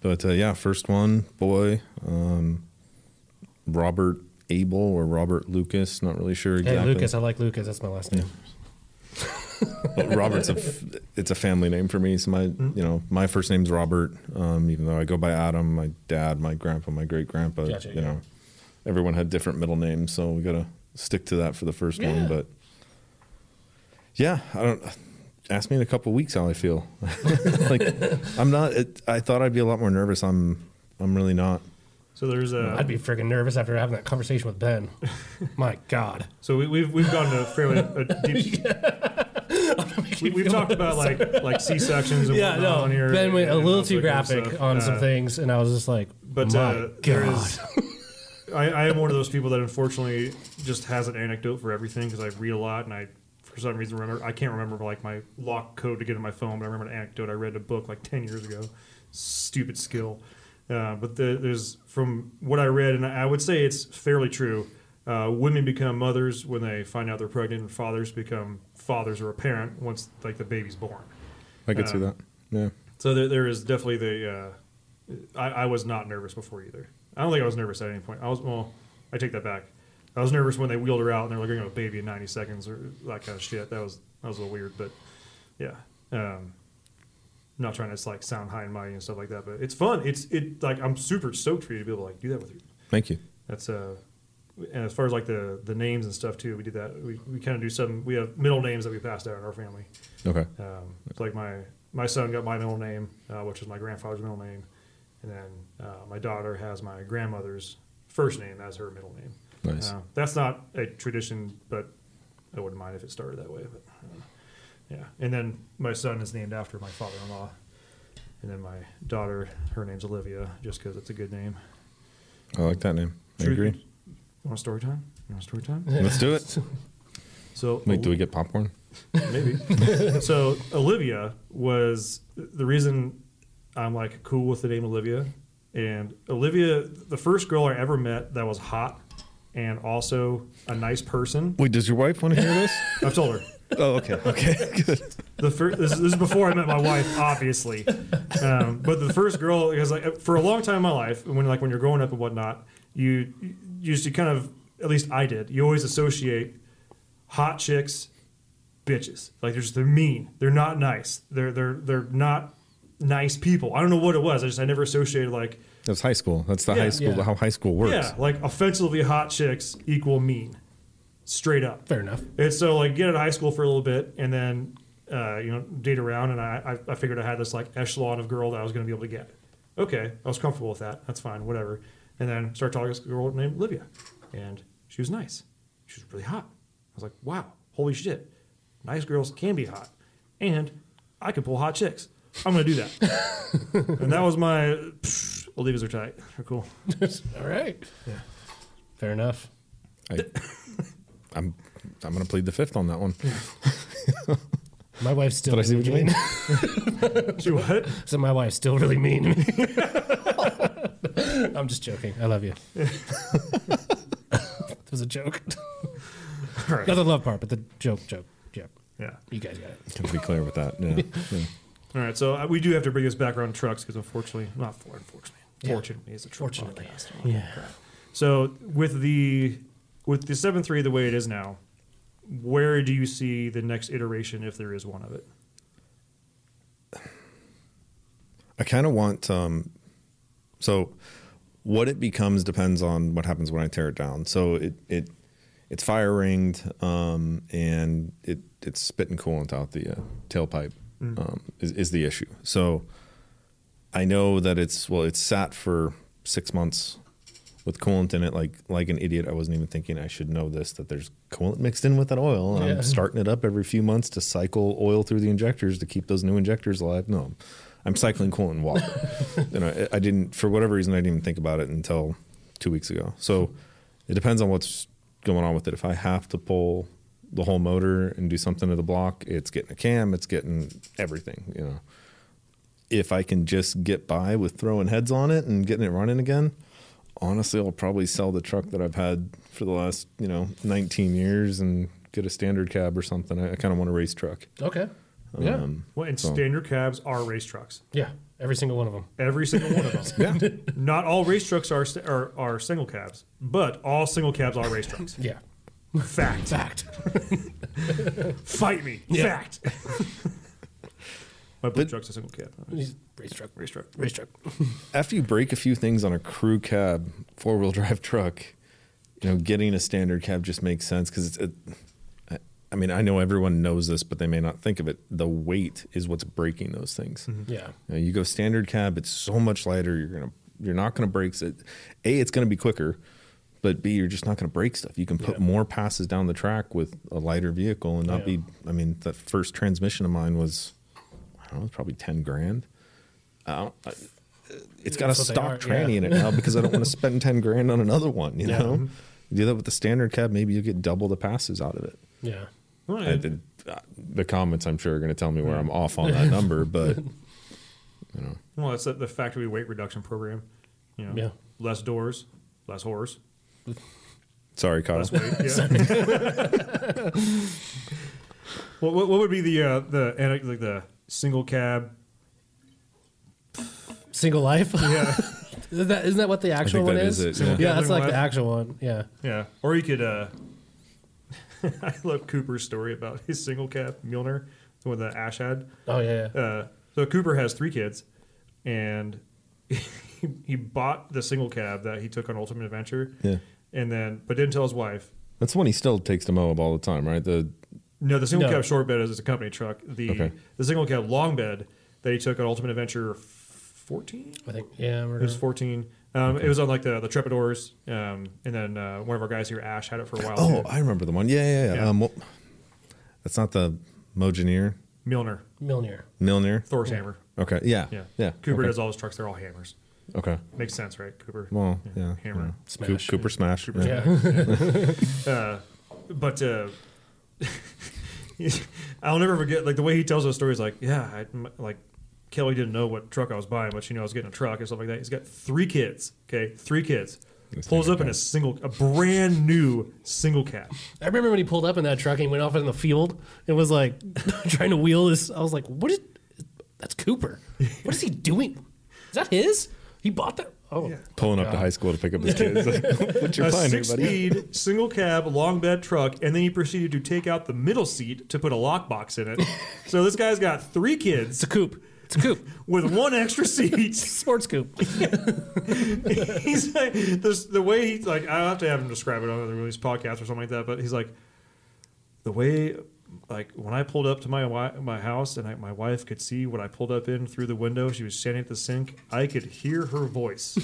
but uh, yeah, first one, boy, um, Robert Abel or Robert Lucas, not really sure
Hey,
exactly.
Lucas, I like Lucas. That's my last name.
But Robert's a f- it's a family name for me. So my
Mm-hmm.
you know my first name's Robert. Um, even though I go by Adam, my dad, my grandpa, my great grandpa.
Gotcha,
you
yeah.
know, everyone had different middle names, so we gotta stick to that for the first one. But yeah, I don't. Ask me in a couple weeks how I feel. like I'm not. It, I thought I'd be a lot more nervous. I'm. I'm really not.
So there's uh, a.
I'd be freaking nervous after having that conversation with Ben. my God,
So we, we've we've gone to fairly a deep. we, we've talked about like like C sections and
yeah,
whatnot
no.
on here.
ben
and-
went a
and
little
those
too
like kind of
graphic
stuff.
on some
Uh,
things, and I was just like,
But
my
uh, there is, I, I am one of those people that unfortunately just has an anecdote for everything because I read a lot and I, for some reason, remember I can't remember like my lock code to get in my phone, but I remember an anecdote I read in a book like ten years ago. Stupid skill, uh, but the, there's from what I read, and I would say it's fairly true. Uh, women become mothers when they find out they're pregnant, and fathers become fathers or a parent once like the baby's born.
I could
Uh-huh.
see that. Yeah.
So there, there is definitely the. Uh, I, I was not nervous before either. I don't think I was nervous at any point. I was well. I take that back. I was nervous when they wheeled her out and they were like, "You're gonna have a baby in 90 seconds" or that kind of shit. That was that was a little weird, but yeah. Um, I'm not trying to just, like sound high and mighty and stuff like that, but it's fun. It's it like I'm super stoked for you to be able to like do that with your
Thank you.
that's uh, and as far as like the the names and stuff too, we did that. We, we kind of do some. We have middle names that we passed down in our family.
Okay.
Um, it's like my my son got my middle name, uh, which is my grandfather's middle name, and then uh, my daughter has my grandmother's first name as her middle name.
Nice.
Uh, that's not a tradition, but I wouldn't mind if it started that way. But uh, yeah, and then my son is named after my father-in-law, and then my daughter, her name's Olivia, just because it's a good name.
I like that name. I
Truth-
agree.
You want story time? You want story time?
Let's do it.
So
Wait, do we get popcorn?
maybe. so Olivia was the reason I'm like cool with the name Olivia. And Olivia, the first girl I ever met that was hot and also a nice person.
Wait, does your wife want to hear this?
I've told her.
oh, okay. Okay. Good.
The fir- this, this is before I met my wife, obviously. Um, but the first girl, because like uh, for a long time in my life, when like when you're growing up and whatnot, you you used to kind of, at least I did, you always associate hot chicks, bitches. Like they're just they're mean. They're not nice. They're they're they're not nice people. I don't know what it was. I just I never associated like
That's high school. That's the
Yeah.
high school.
Yeah.
How high school works.
yeah, like offensively hot chicks equal mean, straight up.
fair enough.
And so, like, get out of high school for a little bit, and then, uh, you know, date around, and I, I, I figured I had this like echelon of girl that I was going to be able to get. Okay, I was comfortable with that. That's fine, whatever. And then started talking to this girl named Olivia, and she was nice. She was really hot. I was like, wow, holy shit, nice girls can be hot, and I can pull hot chicks. I'm going to do that. and that was my. Pfft, Olivia's are tight. They're cool.
All right. Fair enough.
I, I'm. I'm gonna plead the fifth on that one.
My wife's still.
But I see what you mean.
She what?
So my wife's still really mean to me. I'm just joking. I love you. it was a joke. Not the love part, but the joke, joke, joke.
Yeah.
You guys got it.
to be clear with that. Yeah. yeah.
All right, so uh, we do have to bring this back around trucks because unfortunately, not for unfortunately, fortunately is a truck
Fortunately.
podcast. Oh, crap. So with the with the seven three the way it is now, where do you see the next iteration if there is one of it?
I kind of want. Um, so, what it becomes depends on what happens when I tear it down. So it it it's fire ringed, um, and it it's spitting coolant out the uh, tailpipe um, is is the issue. So I know that it's well, it's sat for six months with coolant in it. Like like an idiot, I wasn't even thinking I should know this that there's coolant mixed in with that oil. And
Yeah.
I'm starting it up every few months to cycle oil through the injectors to keep those new injectors alive. No, I'm cycling coolant and water. and I, I didn't for whatever reason I didn't even think about it until two weeks ago. So it depends on what's going on with it. If I have to pull the whole motor and do something to the block, it's getting a cam, it's getting everything, you know if I can just get by with throwing heads on it and getting it running again, honestly, I'll probably sell the truck that I've had for the last, you know, 19 years and get a standard cab or something. I, I kind of want a race truck.
Okay. Yeah.
Um,
Well, and standard cabs are race trucks.
yeah. Every single one of them.
Every single one of them.
Yeah.
Not all race trucks are, st- are are single cabs, but all single cabs are race trucks.
Yeah.
Fact.
Fact.
Fight me. Fact. My blue truck's a single cab.
He's race truck.
Race truck.
Race truck.
After you break a few things on a crew cab, four wheel drive truck, you know, getting a standard cab just makes sense because it's. It, I- I mean, I know everyone knows this, but they may not think of it. The weight is what's breaking those things.
Yeah.
You, know, you go standard cab; it's so much lighter. You're gonna, you're not gonna break it. A, it's gonna be quicker But B, you're just not going to break stuff. You can put more passes down the track with a lighter vehicle and not be. I mean, that first transmission of mine was, I don't know, probably ten grand. I don't, I, it's got a
That's what they
stock
are, yeah.
tranny in it now because I don't want to spend ten grand on another one. You know, you do that with the standard cab, maybe you get double the passes out of it.
Yeah.
I did, the comments I'm sure are going to tell me where I'm off on that number, but
Well, that's the, the factory weight reduction program. You know,
Yeah.
less doors, less whores.
sorry, Kyle.
Less weight. Yeah. what, what, what would be the uh, the ana- like the single cab?
Single life.
Yeah,
Is that, isn't that what the actual
that
one
is
is?
it, yeah.
yeah, that's
Single
like the
life.
actual one. Yeah.
yeah. Or you could. Uh, I love Cooper's story about his single cab Mjolnir, the one that Ash had.
Oh yeah. yeah.
Uh, so Cooper has three kids, and he, he bought the single cab that he took on Ultimate Adventure.
Yeah.
And then, but didn't tell his wife.
That's the one he still takes to Moab all the time, right? The
No, the single
No.
cab short bed is is a company truck. The
Okay.
the single cab long bed that he took on Ultimate Adventure fourteen.
I think yeah. We're
It was fourteen. Um, It was on like the the Trepidors, um, and then uh, one of our guys here, Ash, had it for a while.
oh,
too.
I remember the one. Yeah, yeah, yeah.
Yeah.
Um, well, that's not the Mogineer,
Milner,
Milner.
Milner.
Thor's hammer.
Okay, yeah,
Yeah,
yeah.
Cooper
okay.
does all his trucks; they're all hammers.
Okay,
Makes sense, right, Cooper?
well, yeah,
hammer.
yeah.
Smash.
Coop- Cooper Smash. yeah.
Yeah.
but uh, I'll never forget like the way he tells those stories. Like, yeah, I, m- like Kelly didn't know what truck I was buying, but she knew I was getting a truck and stuff like that. He's got three kids. Okay, three kids. Pulls up in a single, a brand new single cab.
I remember when he pulled up in that truck and he went off in the field and was like trying to wheel this. I was like, what is that's Cooper? What is he doing? Is that his? He bought that. Oh,
Pulling up to high school to pick up his kids. What's your
a
plan, here, buddy?
six-speed single cab long bed truck, and then he proceeded to take out the middle seat to put a lockbox in it. so this guy's got three
it's
kids
a coupe. It's a coupe.
with one extra seat.
Sports coupe.
he's like this, the way he's like I have to have him describe it on the release podcast or something like that. But he's like the way like when I pulled up to my wi- my house and I, my wife could see what I pulled up in through the window. She was standing at the sink. I could hear her voice.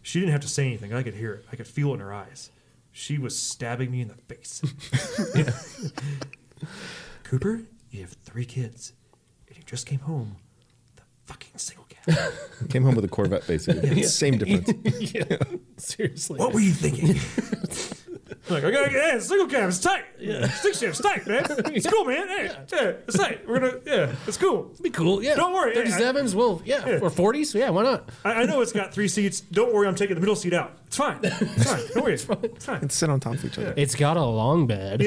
she didn't have to say anything. I could hear it. I could feel it in her eyes. She was stabbing me in the face. Cooper, you have three kids, and you just came home. with a Fucking single cat.
Came home with a Corvette, basically. Same difference.
yeah. Seriously.
What were you thinking? like, I gotta get hey, single cab, it's tight. Yeah. Six shaft's tight, man. It's cool, man. Hey, yeah. it's tight. We're gonna yeah, it's cool.
Be cool. Yeah.
Don't worry, yeah, I-
37s, well, yeah. Or 40s. Yeah, why not?
I, I know it's got three seats. Don't worry, I'm taking the middle seat out. It's fine. It's fine. Don't worry. It's fine. It's fine.
Sit on top of each other.
It's got a long bed.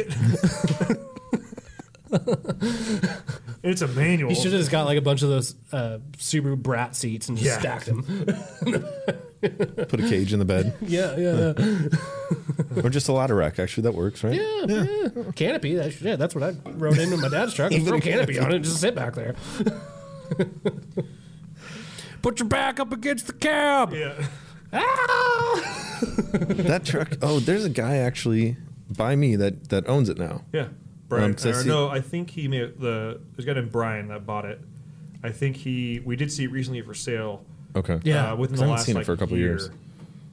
It's a manual.
He should have just got like a bunch of those uh, Subaru brat seats and just
Yeah.
stacked them.
Put a cage in the bed,
Yeah, yeah, yeah.
or just a ladder rack. Actually, that works, right?
yeah. Canopy. That, yeah, that's what I rode in with my dad's truck. Throw canopy on it and just sit back there. Put your back up against the cab.
yeah.
Ah!
That truck. Oh, there's a guy actually by me that that owns it now.
Yeah. Brian.
Um, 'cause I
or
see-
no, I think he made the there's a guy named Brian that bought it. I think he we did see it recently for sale.
Okay.
Yeah.
uh, within
'Cause
the
I haven't
last
seen it
like,
for a couple
year.
years.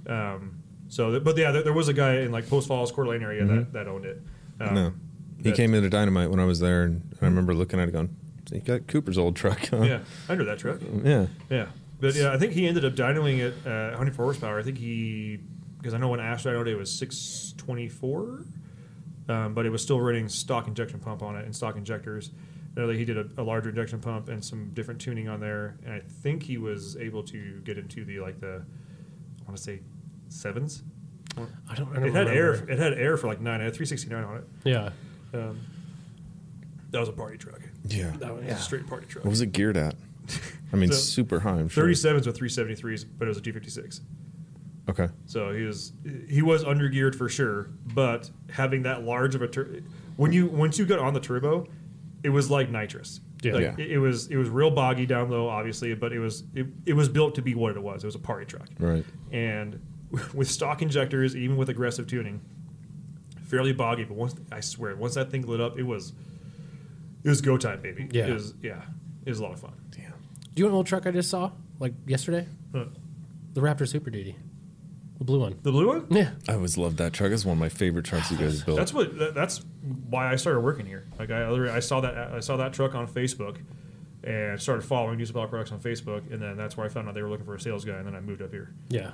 Um, so, th- but yeah, there, there was a guy in like Post Falls, Coeur d'Alene area that, that owned it. Um,
Mm-hmm. No. He
that-
came into Dynamite when I was there, and I remember looking at it going, he got Cooper's old truck. Huh?
Yeah, under that truck.
Yeah.
Yeah, but yeah, I think he ended up dynoing it uh, 104 horsepower. I think he because I know when Ash dynoed it, it was 624, um, but it was still running stock injection pump on it and stock injectors. And I think he did a, a larger injection pump and some different tuning on there, and I think he was able to get into the like the I want to say sevens.
I don't, I don't
It had air.
remember.
It had air for like nine. It had 369 on it.
Yeah.
That was a party truck.
Yeah.
That was a straight party truck.
What was it geared at? I mean,
So,
super high, I'm sure.
37s with 373s, but it was a G56.
Okay.
So he was he was undergeared for sure, but having that large of a tur- when you once you got on the turbo, it was like nitrous.
Yeah.
Like,
Yeah.
It, it was it was real boggy down low, obviously, but it was it, it was built to be what it was. It was a party truck,
Right.
And with stock injectors, even with aggressive tuning, fairly boggy. But once I swear, once that thing lit up, it was it was go time, baby.
Yeah.
it was, yeah, it was a lot of fun.
Do you know an old truck I just saw like yesterday?
Huh.
The Raptor Super Duty. The blue one.
The blue one?
Yeah.
I always loved that truck. It's one of my favorite trucks you guys built.
That's what. that- That's why I started working here. Like I, literally- I saw that. I saw that truck on Facebook, and started following Newsabella Products on Facebook, and then that's where I found out they were looking for a sales guy, and then I moved up here.
Yeah.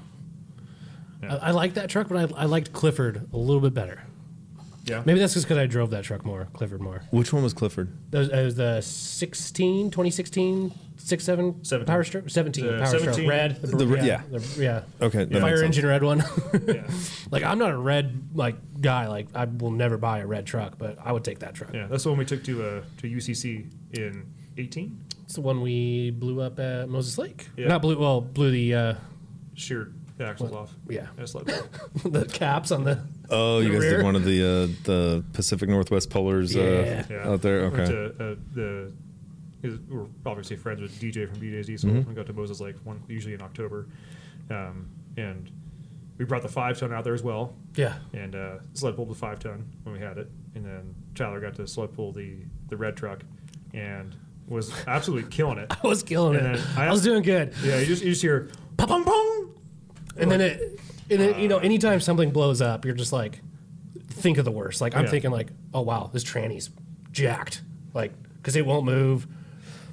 Yeah.
I, I liked that truck, but I, I liked Clifford a little bit better.
Yeah.
Maybe that's just because I drove that truck more, Clifford more.
Which one was Clifford?
That was, that was the 16, 2016, 6, 7
Seventeen.
power stroke, 17
The
power
17
stroke, red. The,
the- yeah.
the- yeah.
Okay, that
The
makes
fire
sense.
engine red one. Like, I'm not a red like guy. Like, I will never buy a red truck, but I would take that truck.
Yeah, that's the one we took to uh, to UCC in eighteen.
It's the one we blew up at Moses Lake.
Yeah.
Not blew, well, blew the, uh,
Sheared the axles off.
yeah.
That's like-
the caps on the.
Uh.
Oh, you
The
guys
rear?
did one of the uh, the Pacific Northwest Pullers uh,
Yeah.
yeah.
out there.
Went
Okay.
to, uh, the. 'cause We're obviously friends with DJ from BJ's Diesel. We got to Moses Lake one usually in October, um, and we brought the five ton out there as well.
Yeah.
and uh, sled pulled the five ton when we had it, and then Tyler got to sled pull the the red truck, and was absolutely killing it.
I was killing
And
it.
then I-
I, was doing good.
Yeah, you just you just hear
Pop, pong, pong. And then it, and then, you know, anytime something blows up, you're just like, think of the worst. Like, I'm
Yeah.
thinking, like, oh, wow, this tranny's jacked. Like, because it won't move.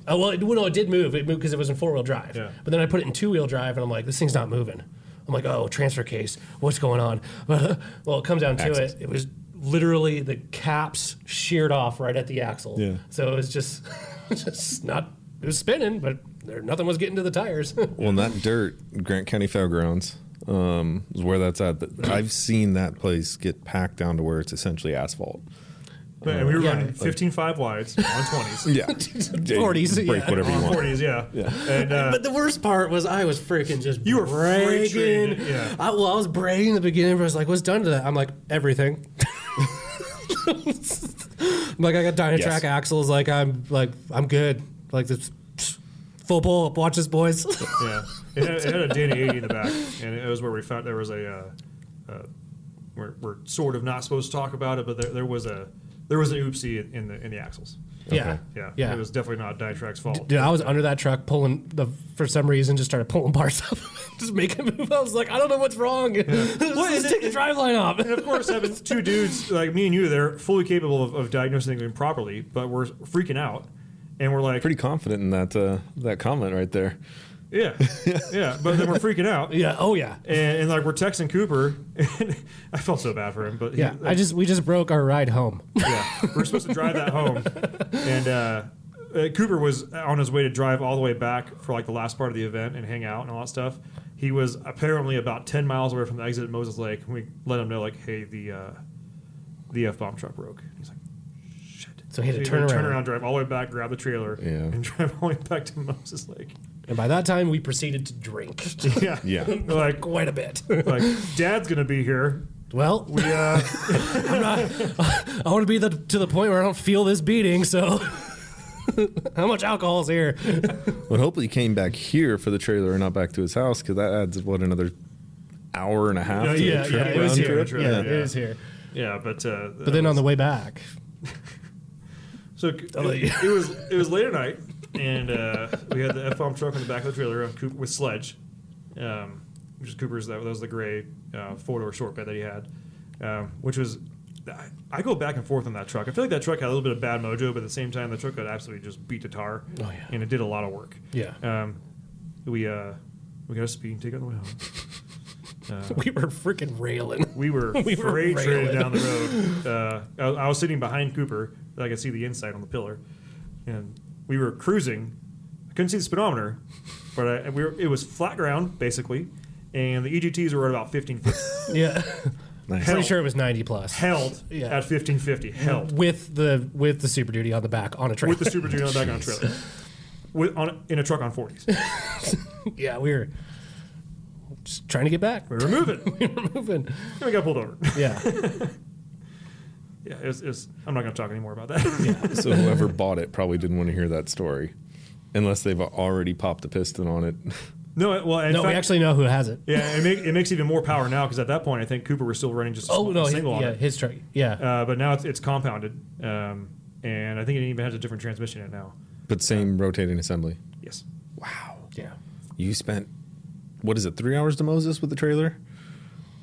Oh, well, it, well, no, it did move. It moved because it was in four wheel drive.
Yeah.
But then I put it in two wheel drive, and I'm like, this thing's not moving. I'm like, oh, transfer case. What's going on? well, it comes down to
Axles.
it. It was literally the caps sheared off right at the axle.
Yeah.
So it was just, just not, it was spinning, but there, nothing was getting to the tires.
Well, and that dirt, Grant County Fairgrounds, um, is where that's at. Th- I've seen that place get packed down to where it's essentially asphalt.
But, and we were
Yeah.
running 15 five wides on 20s.
Yeah.
40s,
Break
yeah.
whatever you
on
want.
40s, yeah. And uh,
But the worst part was I was freaking just
You were
bragging.
free-treated, yeah.
I, well, I was bragging in the beginning. But I was like, "What's done to that?" I'm like, "Everything." I'm like, I got Dynatrack
Yes.
axles. Like, I'm like, I'm good. Like this psh, full pull up. Watch this, boys.
yeah, it had, it had a Danny 80 in the back, and it was where we found there was a. Uh, uh, we're, we're sort of not supposed to talk about it, but there, there was a there was an oopsie in, in the in the axles.
yeah,
Yeah,
yeah.
It was definitely not Dytrak's fault.
Dude, I was under that truck pulling the for some reason just started pulling parts up, just making it move. I was like, I don't know what's wrong.
Well,
Let's
and
take the
it-
drive line off.
and of course, having two dudes like me and you, they're fully capable of, of diagnosing things properly, but we're freaking out, and we're like,
Pretty confident in that uh, that comment right there.
yeah, yeah, but then we're freaking out,
Yeah. Oh yeah.
and, and like we're texting Cooper, and I felt so bad for him, but he-
Yeah. I just we just broke our ride home.
Yeah, we were supposed to drive that home, and uh, uh, Cooper was on his way to drive all the way back for like the last part of the event and hang out and all that stuff. He was apparently about ten miles away from the exit at Moses Lake. And we let him know like, hey, the uh, the f bomb truck broke. And he's like, shit.
So he had to
would
turn
turn
around.
around, drive all the way back, grab the trailer,
Yeah.
and drive all the way back to Moses Lake.
And by that time, we proceeded to drink
Yeah,
Yeah.
like.
quite a bit.
Like dad's gonna be here.
Well,
Yeah,
I want to be the, to the point where I don't feel this beating, so. How much alcohol is here?
But hopefully he came back here for the trailer and not back to his house because that adds, what, another hour and a half to
yeah,
the trip
yeah, it
round
was here,
trip?
trip,
Yeah,
yeah.
it was here.
yeah, but uh,
But then on the way back,
So it,
I'll let you-
it was it was late at night, and uh, we had the F bomb truck in the back of the trailer on Coop, with sledge, um, which is Cooper's. That, that was the gray uh, four door short bed that he had, um, which was. I, I go back and forth on that truck. I feel like that truck had a little bit of bad mojo, but at the same time, the truck could absolutely just beat the tar,
Oh, yeah.
and it did a lot of work.
Yeah.
Um, we uh, we got a speeding ticket on the way home.
we were freaking railing.
We were
We were
freight traded
railing.
down the road. Uh, I, was- I was sitting behind Cooper. I could see the inside on the pillar, and we were cruising. I couldn't see the speedometer, but I, and we were, it was flat ground basically, and the EGTs were at about 1550.
Yeah, pretty
Held-
sure it was ninety plus
held
Yeah.
at 1550. Held
with the with the Super Duty on the back on a train.
with the Super Duty on the back on a trailer, with, on, in a truck on 40s.
yeah, we were just trying to get back.
We were moving,
We were moving.
and we got pulled over.
Yeah,
Yeah, it was, it was, I'm not going to talk anymore about that.
So whoever bought it probably didn't want to hear that story unless they've already popped the piston on it.
no, it- well, in
no, we
fact-
actually know who has it.
Yeah, it, make, it makes even more power now because at that point I think Cooper was still running just a
Oh
sm-
no,
single
his,
on
yeah,
it.
his truck. Yeah,
Uh, but now it's, it's compounded, um, and I think it even has a different transmission in it now.
But same rotating assembly.
Yes.
Wow.
yeah.
Oh.
You spent what is it, three hours to Moses with the trailer?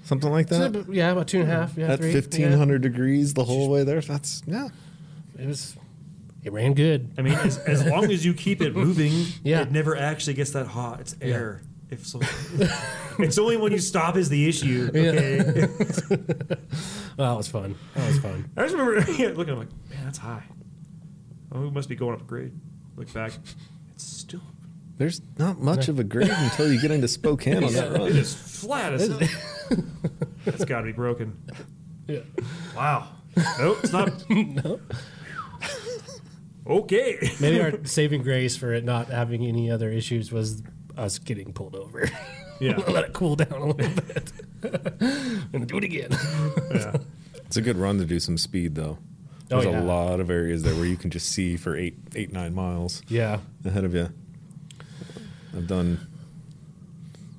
something like that.
yeah, about two and a half. Yeah,
At
three. yeah.
1500 degrees the whole way there. That's yeah.
It was. It ran good.
I mean, as, as long as you keep it moving,
Yeah.
it never actually gets that hot. It's air. If so, it's only when you stop is the issue. Okay.
Well, that was fun. That was fun.
I just remember yeah, looking. I'm like, man, that's high. Oh, we must be going up a grade. Look back. It's still.
There's not much of a grade until you get into Spokane on that
It
run.
is flat as. hell. That's got to be broken.
Yeah.
Wow. Nope, it's not. Okay.
Maybe our saving grace for it not having any other issues was us getting pulled over.
Yeah.
Let it cool down a little bit. and do it again.
yeah.
It's a good run to do some speed though.
Oh,
There's
yeah.
a lot of areas there where you can just see for eight, eight, nine miles
Yeah.
ahead of you. I've done.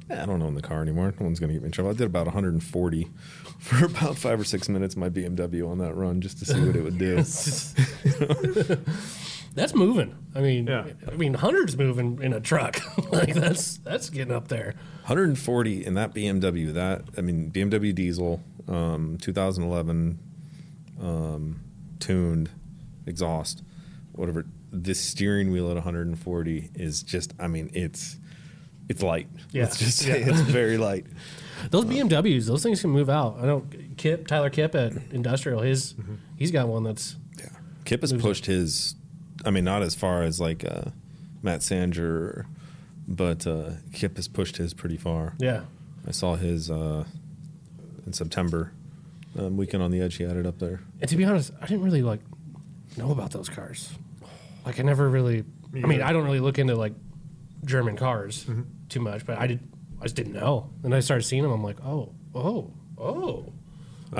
eh, I don't own the car anymore. No one's gonna get me in trouble. I did about 140 for about five or six minutes in my BMW on that run just to see what it would do.
that's moving. I mean,
Yeah.
I mean, hundreds moving in a truck. like that's that's getting up there.
140 in that BMW. That I mean BMW diesel, um, 2011 um, tuned exhaust, whatever. This steering wheel at 140 is just. I mean, it's it's light.
Yeah.
Let's just say it's very light.
Those
Uh,
BMWs, those things can move out. I don't. Kip Tyler Kip at Industrial, his
Mm-hmm.
he's got one that's
Kip has pushed his. I mean, not as far as like uh, Matt Sanger, but uh, Kip has pushed his pretty far.
yeah.
I saw his uh, in September. Um, weekend on the edge, he had it up there.
And to be honest, I didn't really like know about those cars. Like I never really. I mean, I don't really look into like German cars too much, but I did. I just didn't know. And I started seeing them. I'm like, oh, oh, oh.
I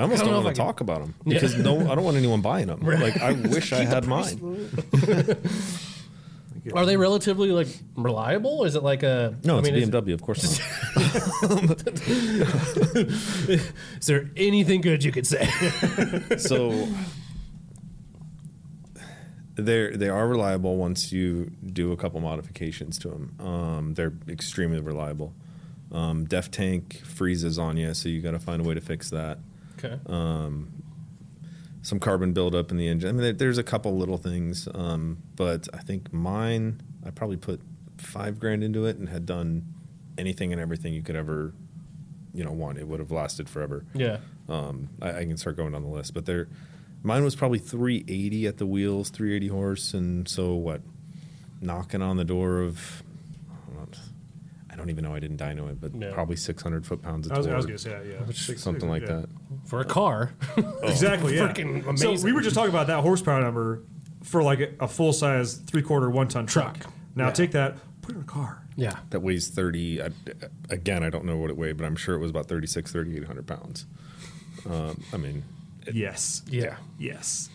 I
almost
don't know
don't, want
if
to
I can-
talk about them because no, I don't want anyone buying them. Like I wish I had mine.
Are they relatively like reliable? Is it like a
No,
I
it's
mean, is-
BMW, of course. Not.
Is there anything good you could say?
so they're they are reliable once you do a couple modifications to them. Um, they're extremely reliable. Um, Def Tank freezes on you, so you got to find a way to fix that.
okay.
Uh. Some carbon buildup in the engine. I mean, there, there's a couple little things, um, but I think mine. I probably put five grand into it and had done anything and everything you could ever, you know, want. It would have lasted forever.
yeah.
Um, I, I can start going down the list, but there, mine was probably 380 at the wheels, 380 horse, and so what? Knocking on the door of, I don't, I don't even know. I didn't dyno it, but
No.
probably 600 foot pounds of
I was, I was
torque,
gonna say that. Yeah. Oh. Six-
something like
yeah.
that.
For a car.
Exactly. Yeah.
Freaking
So we
amazing.
were just talking about that horsepower number for like a, a full size three quarter one ton truck.
Truck.
Now take that, put it in a car.
yeah.
That weighs 30. I, again, I don't know what it weighed, but I'm sure it was about 36, 3800 pounds. Um, I mean,
Yes.
Yeah.
Yes.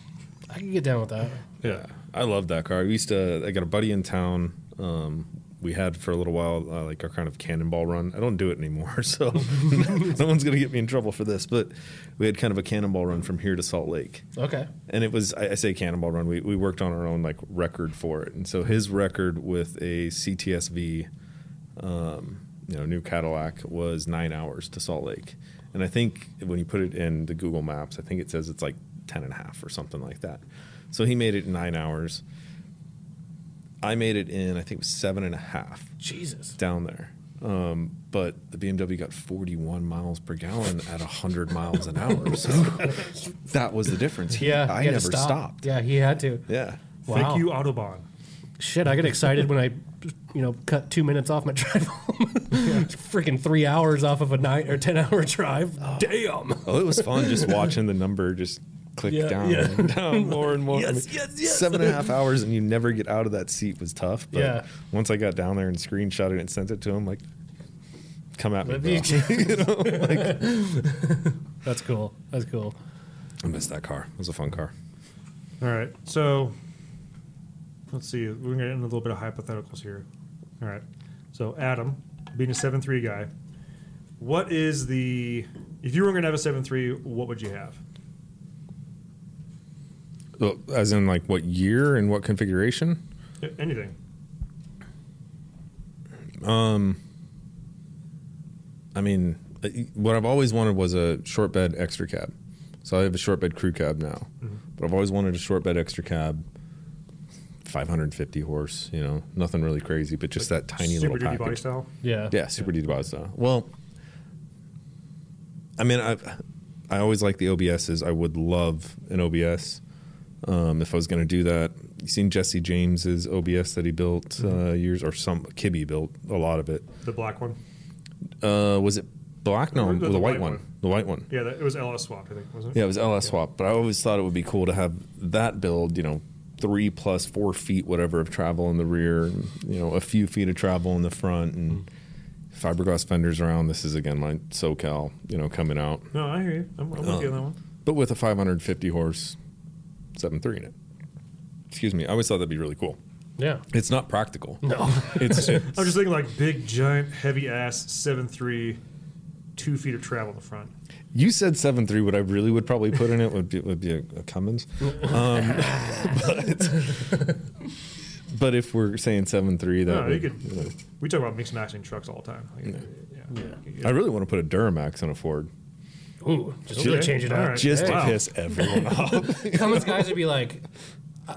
I can get down with that.
Yeah, I love that car. We used to. I got a buddy in town. Um, we had for a little while uh, like our kind of cannonball run. I don't do it anymore, so no one's gonna get me in trouble for this. But we had kind of a cannonball run from here to Salt Lake,
Okay.
and it was I, I say cannonball run. We we worked on our own like record for it, and so his record with a CTSV, um, you know, new Cadillac was nine hours to Salt Lake, and I think when you put it in the Google Maps, I think it says it's like ten and a half or something like that. So he made it in nine hours. I made it in I think it was seven and a half
Jesus.
down there. Um, but the BMW got 41 miles per gallon at 100 miles an hour. So that was the difference. He-
Yeah.
I
he had to
never
stop.
stopped.
Yeah, he had to.
Yeah.
Wow.
Thank you, Autobahn.
Shit, I get excited when I, you know, cut two minutes off my drive home. Freaking three hours off of a nine or ten hour drive. Damn.
Oh, it was fun just watching the number just click
Yeah,
down
yeah.
and down more and more.
Yes, yes, yes.
Seven and a half hours and you never get out of that seat was tough. But
Yeah.
once I got down there and screenshotted it and sent it to him, like, come at me,
Let
bro.
me- That's cool. That's cool.
I missed that car. It was a fun car.
All right. So let's see. We're going to get into a little bit of hypotheticals here. All right. So, Adam, being a 7 3 guy, what is the. If you were going to have a 7 3, what would you have?
Well, As in, like, what year and what configuration?
A- Anything.
I mean, uh, what I've always wanted was a short bed extra cab. So I have a short bed crew cab now,
Mm-hmm.
but I've always wanted a short bed extra cab, 550 horse. You know, nothing really crazy, but just that tiny
Super
little
duty
package.
body style.
Yeah.
Yeah, super duty body style. Well, I mean, I I always like the OBSs. I would love an OBS um, if I was going to do that. You seen Jesse James's OBS that he built
Mm-hmm.
uh, years or some Kibby built a lot of it.
The black one.
Uh, was it black? No,
Or
the,
the-
white, one. The white one.
Yeah, that, it was LS swapped, I think, wasn't it?
Yeah, it was LS swap. But I always thought it would be cool to have that build. You know, three plus four feet whatever of travel in the rear. And, you know, a few feet of travel in the front and. Fiberglass fenders around. This is again my SoCal, you know, coming out
No, I hear you. I'm, I'm with you on that one.
but with a 550 horse 7.3 in it. Excuse me. I always thought that'd be really cool.
Yeah.
It's not practical. No, it's
I'm just thinking like big, giant, heavy ass seven three, two feet of travel in the front.
you said 7.3. What I really would probably put in it would be would be a, a Cummins. Um, but, but if we're saying 7.3, that
No, you
would-
could. We talk about mixed matching trucks all the time. Like, yeah.
I really want to put a Duramax on a Ford
Ooh, just
Okay.
really change it up.
All right.
just to
Wow.
piss everyone off.
Cummins guys would be like, I,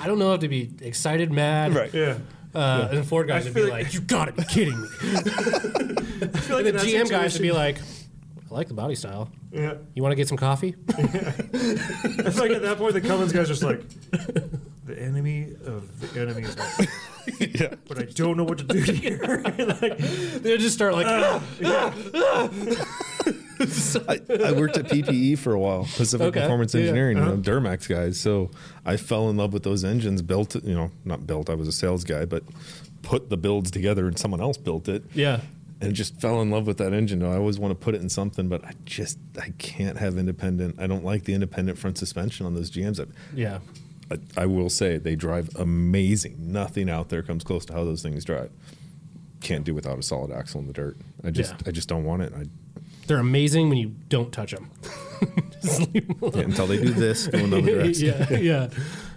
I don't know if to be excited, mad.
Right.
Yeah.
Uh, And the Ford guys
I
would be
feel
like,
like-
you gotta be kidding me.
I feel like
And the GM guys would be like, I like the body style.
yeah.
You want to get some coffee?
I feel like at that point the Cummins guys are just like, the enemy of the enemy is my friend."
yeah.
But I don't know what to do here. like,
they just start like,
I, I worked at PPE for a while, Pacific
Okay.
Performance
Yeah, yeah.
Engineering,
Uh-huh.
you know, Duramax guys. So I fell in love with those engines. Built, you know, not built. I was a sales guy, but put the builds together, and someone else built it.
yeah,
And just fell in love with that engine. I always want to put it in something, but I just I can't have independent. I don't like the independent front suspension on those GMs. I,
yeah.
I, I will say they drive amazing. Nothing out there comes close to how those things drive. Can't do without a solid axle in the dirt. I just
Yeah.
I just don't want it. I
They're amazing when you don't touch them. Just leave 'em alone.
until they do this, go another direction.
yeah, yeah,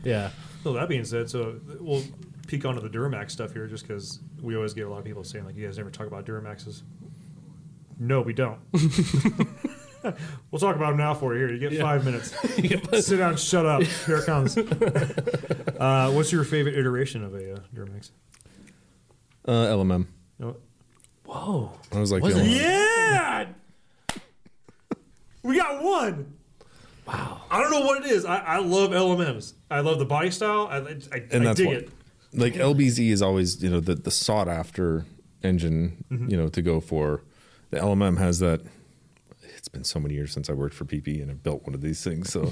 yeah.
so that being said, so we'll peek onto the Duramax stuff here just because we always get a lot of people saying like, you guys never talk about Duramaxes. No, we don't. we'll talk about them now for you. Here, you get five minutes. Sit down, shut up. Here it comes. uh, what's your favorite iteration of a uh, Duramax?
Uh, LMM.
No.
Whoa.
I was like,
Was
the
it?
only-
Yeah. we got one. Wow. I don't know what it is. I, I love LMMs. I love the body style. I, I, I
and that's
dig
what,
it.
like LBZ is always you know the the sought after engine
Mm-hmm.
you know to go for. The LMM has that. It's been so many years since I worked for PP and I built one of these things, so.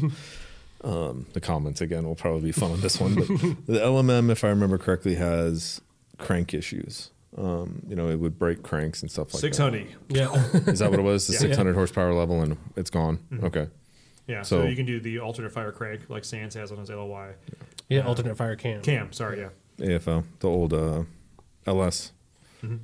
Um, the comments again will probably be fun on this one, but the LMM, if I remember correctly, has crank issues. Um, you know, it would break cranks and stuff like
Six
that.
honey.
Yeah.
Is that what it was? The 600 horsepower level, and it's gone.
Mm-hmm.
Okay.
Yeah. So,
So-
you can do the alternate fire crank like Sans has on his LY.
Yeah, alternate fire cam.
Cam, sorry, yeah.
AFL, the old uh, LS.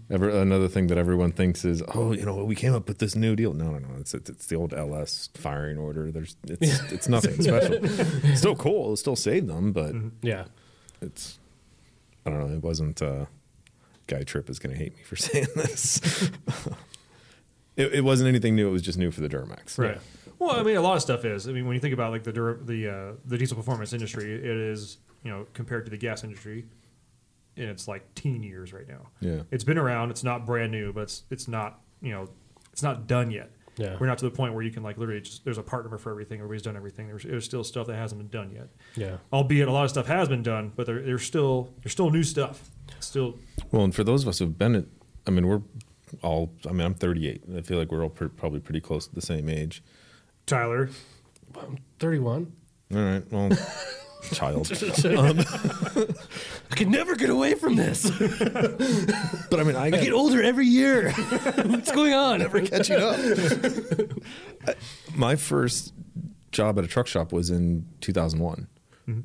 Ever another thing that everyone thinks is, oh, you know, we came up with this new deal. No, no, no. It's it's, it's the old LS firing order. There's it's it's nothing special. It's still cool. It still saved them, but
Yeah.
it's I don't know. It wasn't. Uh, Guy Tripp is going to hate me for saying this. it, it wasn't anything new. It was just new for the Duramax.
Right. Well, I mean, a lot of stuff is. I mean, when you think about like the dur- the uh, the diesel performance industry, it is you know compared to the gas industry, and it's like teen years right now.
Yeah.
it's been around. It's not brand new, but it's it's not you know it's not done yet.
Yeah.
we're not to the point where you can like literally just there's a part number for everything. Everybody's done everything. There's, there's still stuff that hasn't been done yet.
Yeah.
albeit a lot of stuff has been done, but there, there's still there's still new stuff. It's still
Well, and for those of us who've been at, I mean, we're all. I mean, I'm 38. I feel like we're all pr- probably pretty close to the same age.
Tyler.
31.
All right. Well, child.
Um, I can never get away from this.
But I mean, I
I
got
get older every year. What's going on?
catching up. I- my first job at a truck shop was in 2001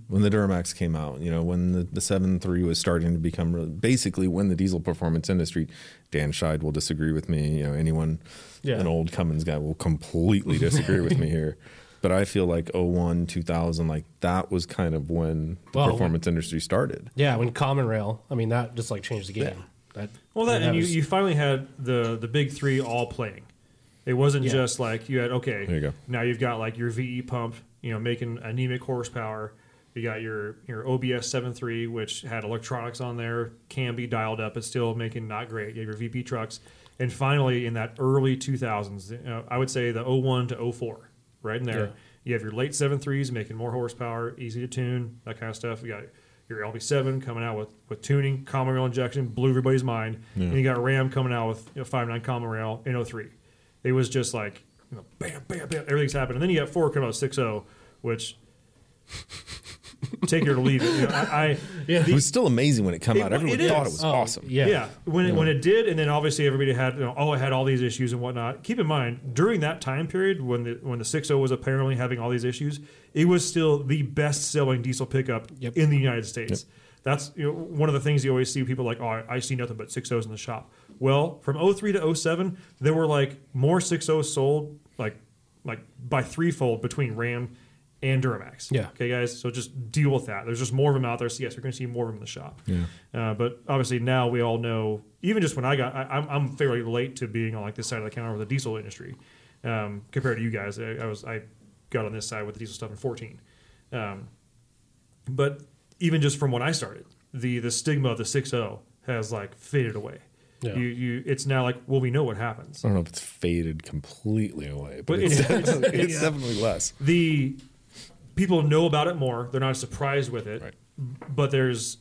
when the Duramax came out. You know, when the, the 7.3 was starting to become really, basically when the diesel performance industry. Dan Scheid will disagree with me. You know, anyone,
Yeah.
an old Cummins guy will completely disagree with me here. But I feel like 01, 2000, like that was kind of when the
Well,
performance industry started.
yeah, when Common Rail, I mean, that just like changed the game. That,
Well, that and you,
was-
you finally had the the big three all playing. It wasn't
Yeah.
just like you had okay.
There you go.
Now you've got like your VE pump, you know, making anemic horsepower. You got your your OBS 7.3, which had electronics on there, can be dialed up, but still making not great. You have your VP trucks, and finally in that early 2000s, you know, I would say the 01 to 04, right in there.
Yeah.
You have your late 7.3s making more horsepower, easy to tune, that kind of stuff. You got your LB7 coming out with, with tuning, common rail injection, blew everybody's mind. And you got Ram coming out with you know, 5.9 common rail in 03. It was just like, you know, bam, bam, bam, everything's happening. And then you got Ford coming out with 6.0, which take it or leave it. You know, I, I
it was still amazing when it came
It-
out.
it
Everyone
is.
thought it was
Oh,
awesome.
Yeah.
yeah. When it, when it did, and then obviously everybody had you know, oh, I had all these issues and whatnot. Keep in mind during that time period when the when the 60 was apparently having all these issues, it was still the best selling diesel pickup
Yep.
in the United States. That's you know, one of the things you always see people like, oh, I, I see nothing but 60s in the shop. Well, from 03 to 07, there were like more 60s sold like like by threefold between Ram and Duramax.
Yeah.
Okay, guys. So just deal with that. There's just more of them out there. So yes, you're going to see more of them in the shop. Yeah. Uh, but obviously now we all know. Even just when I got, I, I'm, I'm fairly late to being on like this side of the counter with the diesel industry um, compared to you guys. I, I was I got on this side with the diesel stuff in 14. Um, but even just from when I started, the the stigma of the 6.0 has like faded away.
Yeah.
You you it's now like well we know what happens.
I don't know if it's faded completely away, but,
But
it's,
it's-
definitely- it's,
it's- yeah.
definitely less.
the people know about it more. They're not surprised with it, but there's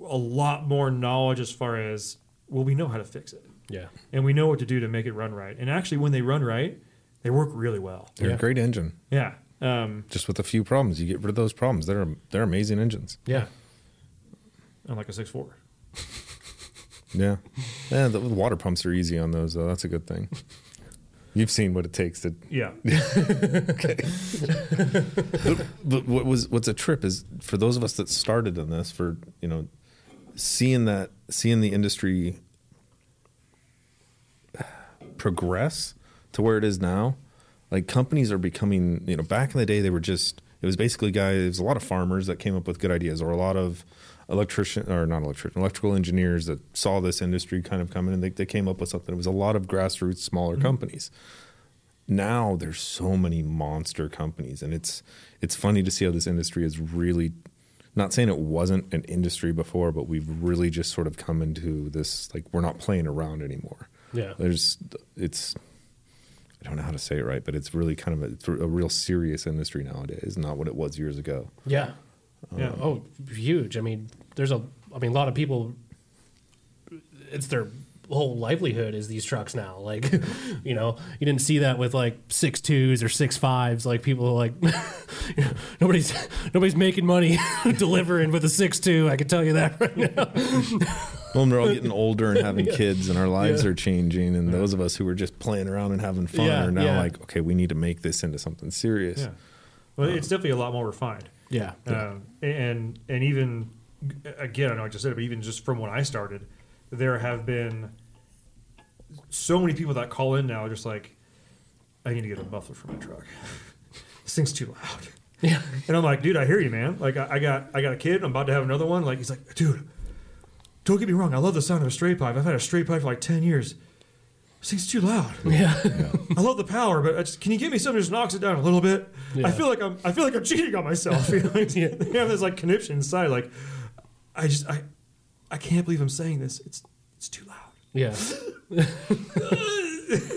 a lot more knowledge as far as well, we know how to fix it,
Yeah.
and we know what to do to make it run right. And actually, when they run right, they work really well.
They're a great engine,
Yeah, um,
just with a few problems. You get rid of those problems. They're they're amazing engines.
Yeah.
and like a six four.
Yeah, yeah. The, the water pumps are easy on those, though. That's a good thing. You've seen what it takes to
Yeah,
but, but what was what's a trip is for those of us that started in this for you know seeing that seeing the industry progress to where it is now like companies are becoming you know back in the day they were just it was basically guys it was a lot of farmers that came up with good ideas or a lot of electrician or not electrician electrical engineers that saw this industry kind of coming and they, they came up with something it was a lot of grassroots smaller companies now there's so many monster companies and it's it's funny to see how this industry is really not saying it wasn't an industry before but we've really just sort of come into this like we're not playing around anymore
Yeah.
there's it's i don't know how to say it right but it's really kind of a, it's a real serious industry nowadays not what it was years ago
Yeah.
yeah.
Oh, huge. I mean, there's a. I mean, a lot of people. It's their whole livelihood is these trucks now. Like, you know, you didn't see that with like six twos or six fives. Like people are like, you know, nobody's nobody's making money delivering with a six two. I can tell you that right now.
well and we're all getting older and having kids and our lives are changing and those of us who were just playing around and having fun
Yeah,
are now
yeah.
like okay we need to make this into something serious
yeah. Well, it's definitely a lot more refined.
Yeah.
Um, and and even again, I know I just said it, but even just from when I started, there have been so many people that call in now, just like, I need to get a muffler for my truck. this thing's too loud.
Yeah.
And I'm like, dude, I hear you, man. Like, I, I got I got a kid. I'm about to have another one. Like, he's like, dude, don't get me wrong. I love the sound of a straight pipe. I've had a straight pipe for like ten years. This thing's too loud.
Yeah.
I love the power, but I just, can you give me something that just knocks it down a little bit?
Yeah.
I feel like I'm I feel like I'm cheating on myself. You know, they have this like conniption inside, like I just I I can't believe I'm saying this. It's it's too loud.
Yeah.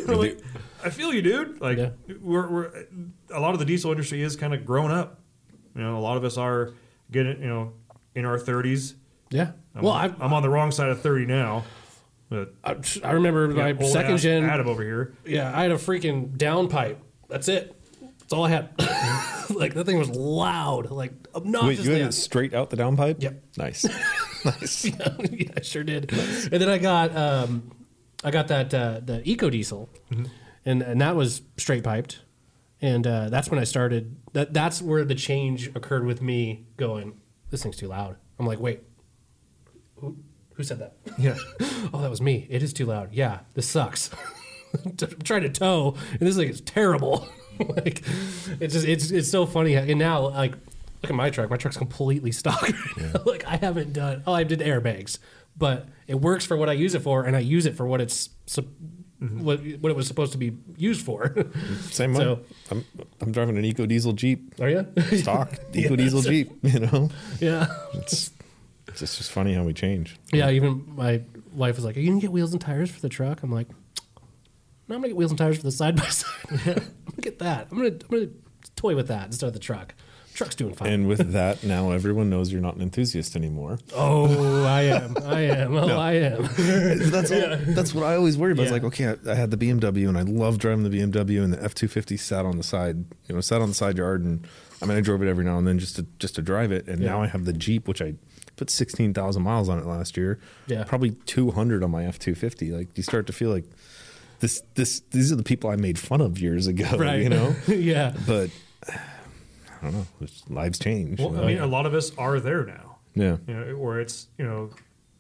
I'm like, I feel you, dude. Like
Yeah.
we're, we're a lot of the diesel industry is kind of growing up. You know, a lot of us are getting you know in our 30s.
Yeah.
I'm,
well, I,
I'm, on the wrong side of 30 now. But
I, I remember
yeah,
my
old
second
ass
gen.
Adam over here.
Yeah, I had a freaking downpipe. That's it. That's all I had. like that thing was loud, like
Wait, you
obnoxiously.
had it straight out the downpipe?
Yep.
Nice. nice.
yeah, I sure did. And then I got um, I got that uh, the eco diesel,
Mm-hmm.
and and that was straight piped, and uh, that's when I started. That that's where the change occurred with me going. This thing's too loud. I'm like, wait, who who said that?
Yeah.
oh, that was me. It is too loud. Yeah, this sucks. I'm trying to tow, and this thing is terrible. like, it's just it's it's so funny. how- And now, like, look at my truck. My truck's completely stock. right now. like, I haven't done. Oh, I did airbags, but it works for what I use it for, and I use it for what it's sup- what, what it was supposed to be used for.
Same
So-
money. I'm, I'm driving an eco diesel Jeep,
Are you?
stock eco diesel Jeep, you know?
yeah.
It's, it's just funny how we change.
Yeah, even my wife was like, "Are you gonna get wheels and tires for the truck?" I'm like, "No, I'm gonna get wheels and tires for the side by side. Look at that. I'm gonna I'm gonna toy with that instead of the truck. Truck's doing fine.
And with that, now everyone knows you're not an enthusiast anymore.
oh, I am. I am. Oh, I am.
that's that's what I always worry about. It's
Yeah.
like, okay, I, I had the BMW and I loved driving the BMW and the F two fifty sat on the side, you know, sat on the side yard and I mean I drove it every now and then just to just to drive it. And now I have the Jeep, which I put sixteen thousand miles on it last year.
Yeah.
Probably two hundred on my F two fifty. Like you start to feel like this this these are the people I made fun of years ago.
Right.
You know?
yeah.
but I don't know. it's- Lives change. you
Well, I
know?
mean, a lot of us are there now.
Oh, yeah.
You know, where it's you know,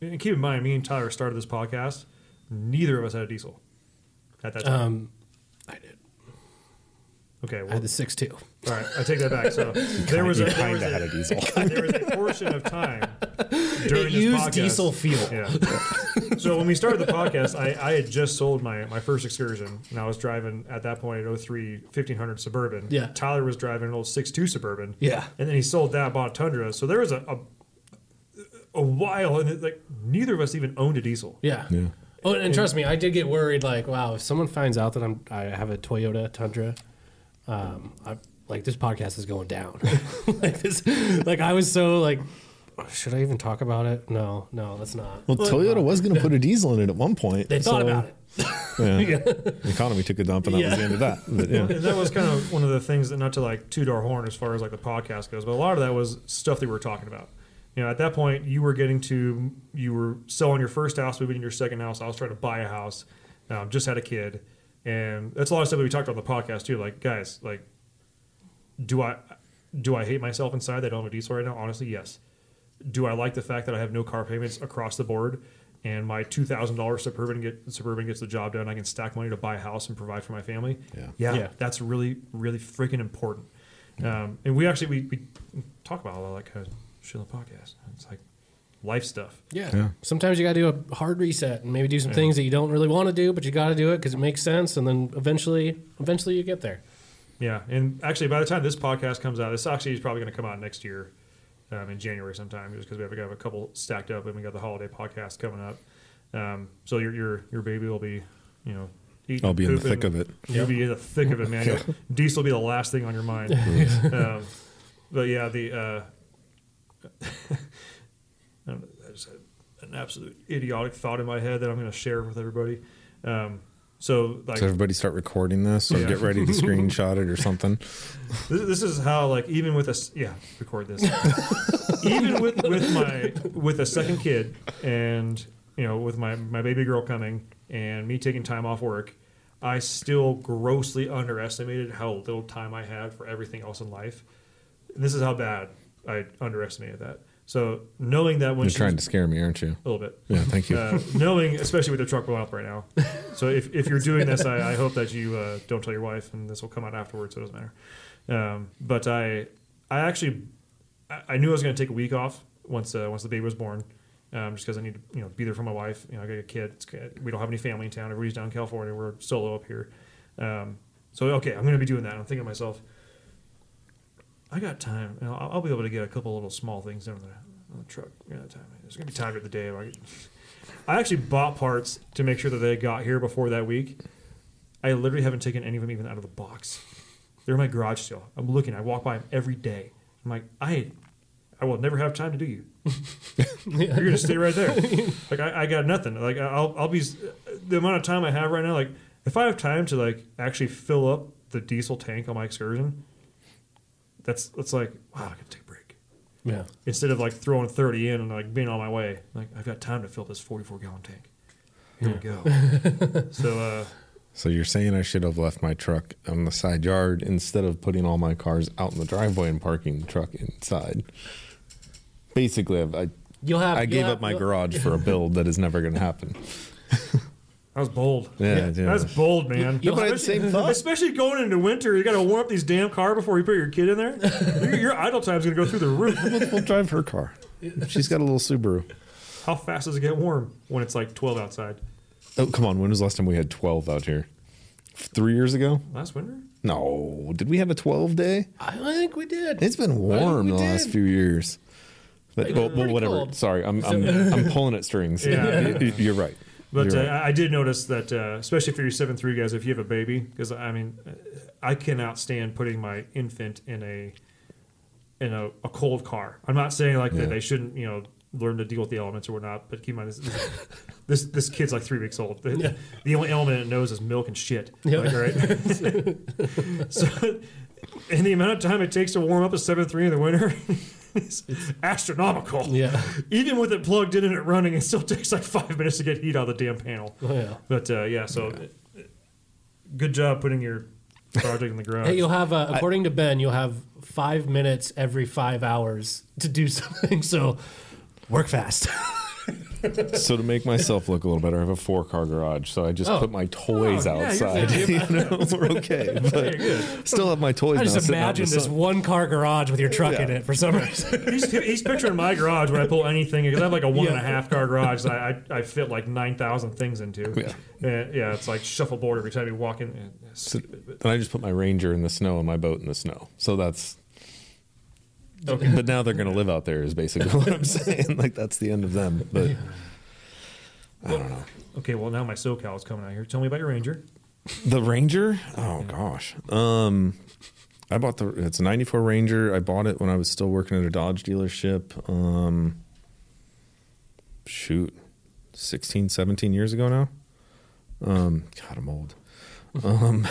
and keep in mind, me and Tyler started this podcast. Neither of us had a diesel at that time.
Um, I did.
okay,
I
well,
had the six two.
all right, I take that back. So there was a there was a, there was a portion of time during
It
this
used
podcast-
diesel fuel.
Yeah. so when we started the podcast, I, I had just sold my, my first excursion, and I was driving at oh that point an 03 1500 Suburban.
Yeah.
Tyler was driving an old 62 Suburban.
Yeah.
And then he sold that, bought a Tundra. So there was a a, a while, and it, like neither of us even owned a diesel.
Yeah. Oh, and trust me, I did get worried. Like, wow, if someone finds out that I'm I have a Toyota Tundra, um, I, like this podcast is going down. like this, like I was so like, should I even talk about it? No, no, let's not.
Well, Toyota was going to put a diesel in it at one point.
They thought
so-
about it.
Yeah. The economy took a dump, and that
Yeah.
was the end of that. But, yeah.
And that was kind of one of the things that not to like toot our horn as far as like the podcast goes, but a lot of that was stuff that we were talking about. You know, at that point, you were getting to you were selling your first house, moving to your second house. I was trying to buy a house, um, just had a kid, and that's a lot of stuff that we talked about on the podcast too. Like, guys, like, do I do I hate myself inside that I don't have a diesel right now? Honestly, yes. Do I like the fact that I have no car payments across the board? And my two thousand dollars suburban get, suburban gets the job done. I can stack money to buy a house and provide for my family.
Yeah.
yeah,
Yeah.
that's really really freaking important. Um, and we actually we, we talk about all that kind of uh, shit on the podcast. It's like life stuff.
Yeah. Sometimes you got to do a hard reset and maybe do some things that you don't really want to do, but you got to do it because it makes sense. And then eventually, eventually you get there.
Yeah, and actually, by the time this podcast comes out, this actually is probably going to come out next year, um, in January sometime, just because we have, we have a couple stacked up, and we got the holiday podcast coming up. Um, so your your your baby will be, you know, eating,
I'll be in the
pooping.
thick of it.
You'll be in the thick of it, man. Diesel will be the last thing on your mind. um, but yeah, the uh, I don't know, I just had an absolute idiotic thought in my head that I'm going to share with everybody. Um, so like
So everybody start recording this, or
Yeah.
get ready to screenshot it, or something.
This, this is how like even with a s- yeah record this even with with my with a second kid and you know with my my baby girl coming and me taking time off work I still grossly underestimated how little time I had for everything else in life this is how bad I underestimated that so knowing that when
You're
she
trying to
was-
scare me, aren't you?
a little bit
Yeah, thank you.
uh, knowing, especially with the truck going up right now. So if, if you're doing this, I, I hope that you uh, don't tell your wife, and this will come out afterwards, so it doesn't matter. Um, but I I actually I, I knew I was going to take a week off once uh, once the baby was born, um, just because I need to you know be there for my wife. You know, I got a kid. It's, uh, we don't have any family in town. Everybody's down in California. We're solo up here. Um, so okay, I'm going to be doing that. I'm thinking to myself. I got time. and I'll, I'll be able to get a couple little small things done on the, on the truck. I got time. There's gonna be time during the day. where I, can- I actually bought parts to make sure that they got here before that week. I literally haven't taken any of them even out of the box. They're in my garage still. I'm looking. I walk by them every day. I'm like, I, I will never have time to do you. You're gonna stay right there. Like I, I got nothing. Like I'll, I'll be the amount of time I have right now. Like if I have time to like actually fill up the diesel tank on my excursion, that's that's like wow, I can take a break
Yeah.
instead of like throwing thirty in and like being on my way. Like I've got time to fill this forty-four gallon tank. Here we go. so uh,
So you're saying I should have left my truck on the side yard instead of putting all my cars out in the driveway and parking the truck inside. Basically, I've, I
You'll have.
I
you'll
gave
have-
up my
you'll-
garage for a build that is never going to happen.
that was bold.
Yeah, yeah.
That's bold, man.
No, but I had the
especially,
same thought.
especially going into winter, you got to warm up these damn car before you put your kid in there. your, your idle time's gonna go through the roof.
we'll drive her car. She's got a little Subaru.
How fast does it get warm when it's like twelve outside?
Oh, come on. When was the last time we had 12 out here? Three years ago?
Last winter?
No. Did we have a 12 day?
I think we did.
It's been warm
we
the last
did.
few years. But, well, well,
pretty
whatever.
cold.
Sorry, I'm, I'm I'm pulling at strings.
Yeah.
Y- y- you're right.
But
You're
uh, I I did notice that, uh, especially for your seven three guys, if you have a baby, because I mean, uh, I cannot stand putting my infant in a in a, a cold car. I'm not saying like that they shouldn't, you know, learn to deal with the elements or whatnot. But keep in mind, this this, this, this kid's like three weeks old. The, the only element it knows is milk and shit. Like, right? so, and the amount of time it takes to warm up a seven three in the winter. is astronomical.
Yeah.
Even with it plugged in and it running, it still takes like five minutes to get heat out of the damn panel.
Oh, yeah.
But uh, yeah, so uh, good job putting your project in the garage.
Hey, you'll have, uh, according to Ben, you'll have five minutes every five hours to do something. So work fast.
right. So to make myself look a little better, I have a four car garage. So I just
Oh.
put my toys
Oh, yeah, you're
outside. you know, we're okay. But still have my toys.
I
now
just
sitting out in
imagine
the
this
sun.
one car garage with your truck in it for some reason.
he's, he's picturing my garage where I pull anything because I have like a one and a
Yeah.
half car garage that I, I, I fit like 9,000 things into. Yeah. yeah, it's like shuffleboard every time you walk in. Yeah, Stupid, but
And I just put my Ranger in the snow and my boat in the snow. So that's. But now they're going to live out there, is basically what I'm saying. Like, that's the end of them. But
okay, well, now my SoCal is coming out here. Tell me about your Ranger.
the Ranger? Oh, gosh. Um, I bought the. It's a 94 Ranger. I bought it when I was still working at a Dodge dealership. Um, shoot. 16, 17 years ago now. Um, God, I'm old. Um,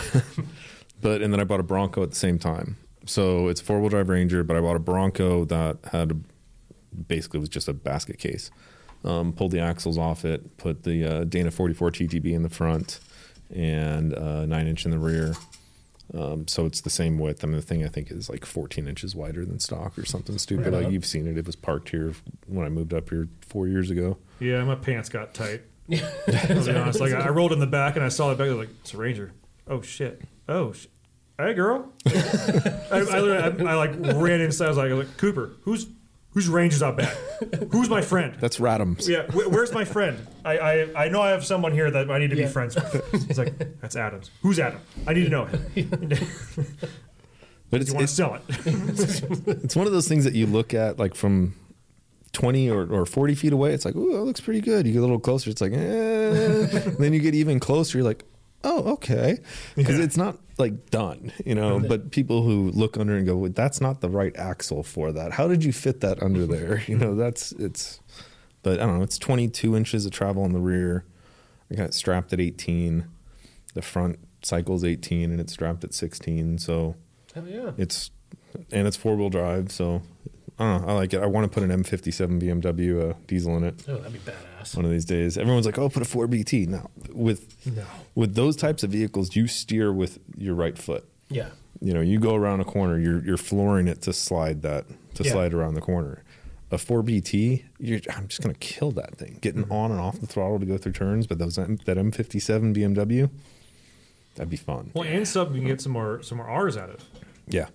but and then I bought a Bronco at the same time. So it's a four wheel drive Ranger, but I bought a Bronco that had a, basically was just a basket case. Um, pulled the axles off it, put the uh, Dana 44 TTB in the front, and uh, nine inch in the rear. Um, so it's the same width. I mean, the thing I think is like 14 inches wider than stock or something stupid. Like you've seen it. It was parked here when I moved up here four years ago.
Yeah, my pants got tight. I'll be honest. Like I rolled in the back and I saw the back. I was like, "It's a Ranger." Oh shit. Oh. Sh- hey, girl. I, I, literally- I, I like ran inside. I was like, I was like, "Cooper, who's who's Rangers out back? Who's my friend?"
That's Radams.
yeah, wh- where's my friend? I, I I know I have someone here that I need to be friends with. He's like, that's Adams. Who's Adam? I need to know him.
But
You
it's,
want
it's
to sell it?
it's one of those things that you look at like from 20 or, or 40 feet away it's like ooh that looks pretty good you get a little closer it's like eh. And then you get even closer you're like oh okay because it's not like done you know but people who look under and go well, that's not the right axle for that how did you fit that under there you know that's it's but i don't know it's 22 inches of travel in the rear i got it strapped at 18 the front cycle's 18 and it's strapped at 16 so
yeah.
it's and it's four wheel drive, so I don't know. I like it. I want to put an M57 BMW uh, diesel in it
Oh, that'd be badass.
one of these days. Everyone's like, "Oh, put a 4BT." No, with with those types of vehicles, you steer with your right foot.
Yeah.
You know, you go around a corner, you're you're flooring it to slide that to
Yeah.
slide around the corner. A 4BT, you're, I'm just gonna kill that thing. Getting on and off the throttle to go through turns, but those M- that M57 BMW, that'd be fun.
well, and sub, you can get some more some more R's out of. it.
Yeah.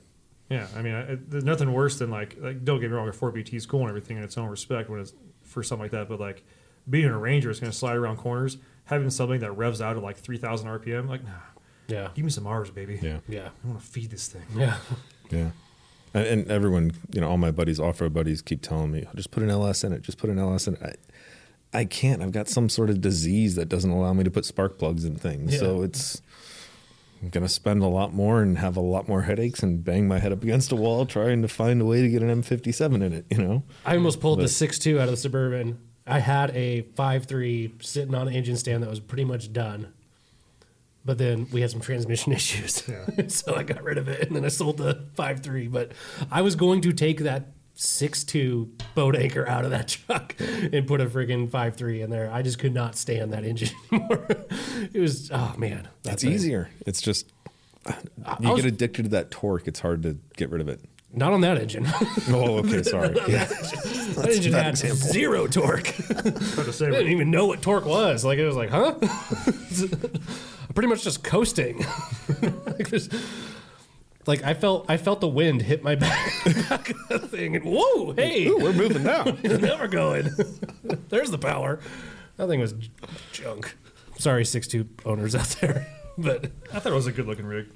Yeah, I mean, I, there's nothing worse than like, like don't get me wrong, a 4BT is cool and everything in its own respect when it's for something like that, but like being a ranger is going to slide around corners, having something that revs out at like 3,000 RPM, like, nah,
Yeah.
give me some R's, baby.
Yeah.
Yeah.
I want to feed this thing.
Yeah.
Yeah. And, and everyone, you know, all my buddies, off road buddies keep telling me, just put an LS in it, just put an LS in it. I, I can't. I've got some sort of disease that doesn't allow me to put spark plugs in things. So it's, I'm going to spend a lot more and have a lot more headaches and bang my head up against a wall trying to find a way to get an M57 in it, you know?
I almost pulled the six two out of the Suburban. I had a five three sitting on an engine stand that was pretty much done. But then we had some transmission issues. so I got rid of it and then I sold the five three. But I was going to take that six two boat anchor out of that truck and put a friggin' five three in there. I just could not stand that engine anymore. it was oh man.
That's
a-
easier. It's just, you
was-
get addicted to that torque. It's hard to get rid of it.
Not on that engine. that
Oh, okay. Sorry. Yeah.
engine had zero torque.
About to say,
I didn't even know what torque was. Like it was like, huh? Pretty much just coasting. like, there's- like, I felt, I felt the wind hit my back, back of the thing, and whoa, hey,
We're moving now.
now we're going. there's the power. That thing was j- junk. Sorry, six two owners out there, but
I thought it was a good looking rig.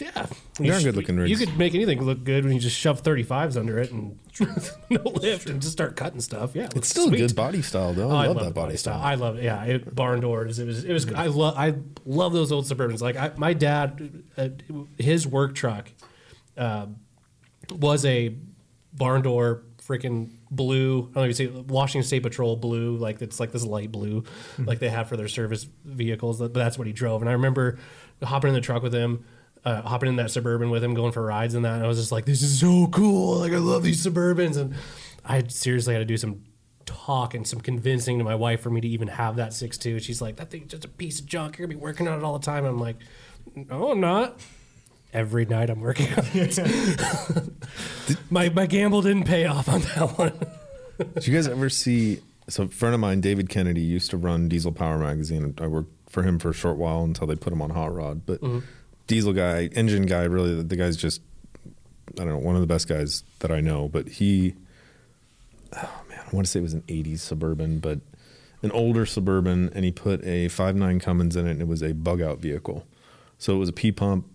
yeah,
They are
You sh-
good-looking rigs.
You could make anything look good when you just shove thirty fives under it and no lift and just start cutting stuff. Yeah,
It's still
sweet.
a good body style, though.
Oh,
I, love,
the
that body style.
I love it. Yeah, it, barn doors. It was. It was. I love. I love those old Suburbans. Like I, my dad, uh, his work truck um was a barn door freaking blue. I don't know if you see it, Washington State Patrol blue. Like it's like this light blue, like they have for their service vehicles. But that's what he drove. And I remember hopping in the truck with him. Uh, hopping in that suburban with him, going for rides and that, and I was just like, "This is so cool! Like, I love these Suburbans." And I seriously had to do some talk and some convincing to my wife for me to even have that six two. She's like, that thing's just a piece of junk. You're gonna be working on it all the time. I'm like, no, I'm not. Every night I'm working on it. my my gamble didn't pay off on that one.
Did you guys ever see? So, a friend of mine, David Kennedy, used to run Diesel Power Magazine. I worked for him for a short while until they put him on Hot Rod. But Diesel guy, engine guy, really, the, the guy's just, I don't know, one of the best guys that I know. But he, oh man, I want to say it was an 80s Suburban, but an older Suburban, and he put a 5.9 Cummins in it, and it was a bug out vehicle. So it was a P pump,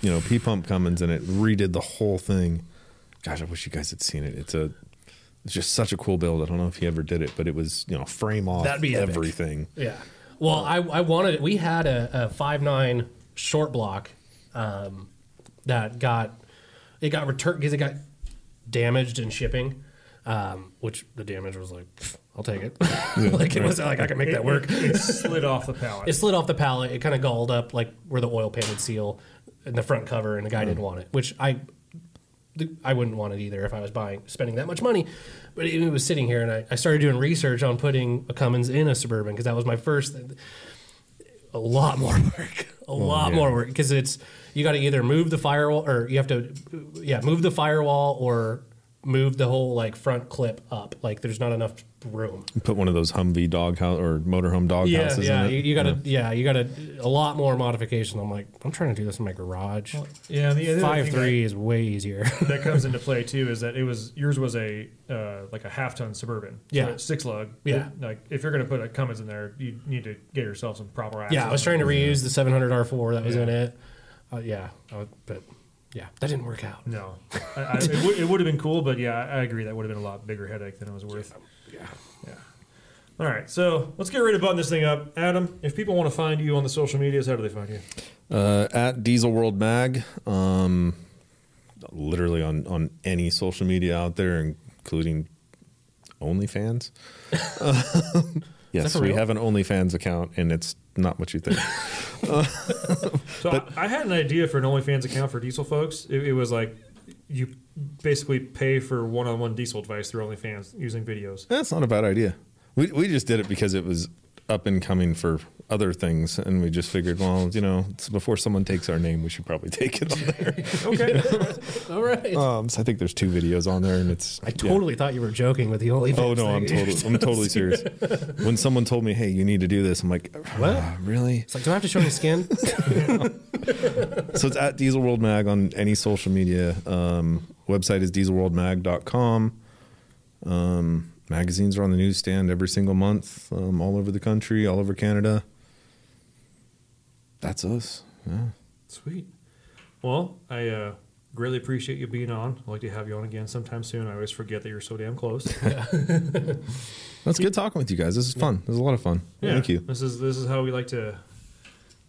you know, P pump Cummins, and it redid the whole thing. Gosh, I wish you guys had seen it. It's a, it's just such a cool build. I don't know if he ever did it, but it was you know frame off
That'd be epic.
everything.
Yeah. Well, I, I wanted we had a, a five nine short block um, that got it got returned because it got damaged in shipping, um, which the damage was like "Pfft, I'll take it. like it was like I can make that work.
It slid off the pallet.
It slid off the pallet. It kind of galled up like where the oil pan would seal in the front cover, and the guy didn't want it, which I th- I wouldn't want it either if I was buying spending that much money. But it, it was sitting here, and I, I started doing research on putting a Cummins in a Suburban because that was my first. A lot more work. A lot
yeah.
more work because it's you got to either move the firewall or you have to yeah move the firewall or move the whole like front clip up like there's not enough room
Put one of those Humvee dog house or motorhome dog
yeah,
houses.
yeah,
in it.
you, you gotta, yeah. you gotta a lot more modification. I'm like, I'm trying to do this in my garage.
yeah, and the other
Five
thing
three is way easier.
That, that comes into play too is that it was yours was a uh, like a half ton suburban, So
Yeah.
it's six lug.
Yeah.
like if you're gonna put a Cummins in there, you need to get yourself some proper.
yeah, I was
axles.
trying to reuse the 700 R4 that was in it. Uh, yeah, I would- but yeah, that didn't work out.
No, I, I, it, would, it would have been cool, but yeah, I I agree that would have been a lot bigger headache than it was worth.
Yeah.
yeah. All right, so let's get ready to button this thing up, Adam. If people want to find you on the social medias, how do they find you?
Uh, at Diesel World Mag, um, literally on on any social media out there, including OnlyFans. Um, yes,
for
we
real?
have an OnlyFans account, and it's not what you think.
So I, I had an idea for an OnlyFans account for diesel folks. It, it was like you basically pay for one-on-one diesel advice through OnlyFans using videos.
That's not a bad idea. We we just did it because it was up and coming for other things, and we just figured, well, you know, it's before someone takes our name, we should probably take it on there.
Okay,
All right.
Um, so I think there's two videos on there, and it's
Uh, I totally thought you were joking with the only.
Oh no, I'm totally I'm totally serious. When someone told me, "Hey, you need to do this," I'm like,
What?
"Ah, really?"
It's like, do I have to show any skin?
So it's at Diesel World Mag on any social media. Um, website is dieselworldmag.com. Um, magazines are on the newsstand every single month, um, all over the country, all over Canada. That's us. Yeah.
sweet. Well, I uh, greatly appreciate you being on. I'd like to have you on again sometime soon. I always forget that you're so damn close.
That's good talking with you guys. This is fun. This is a lot of fun.
Yeah,
Thank you.
This is this is how we like to.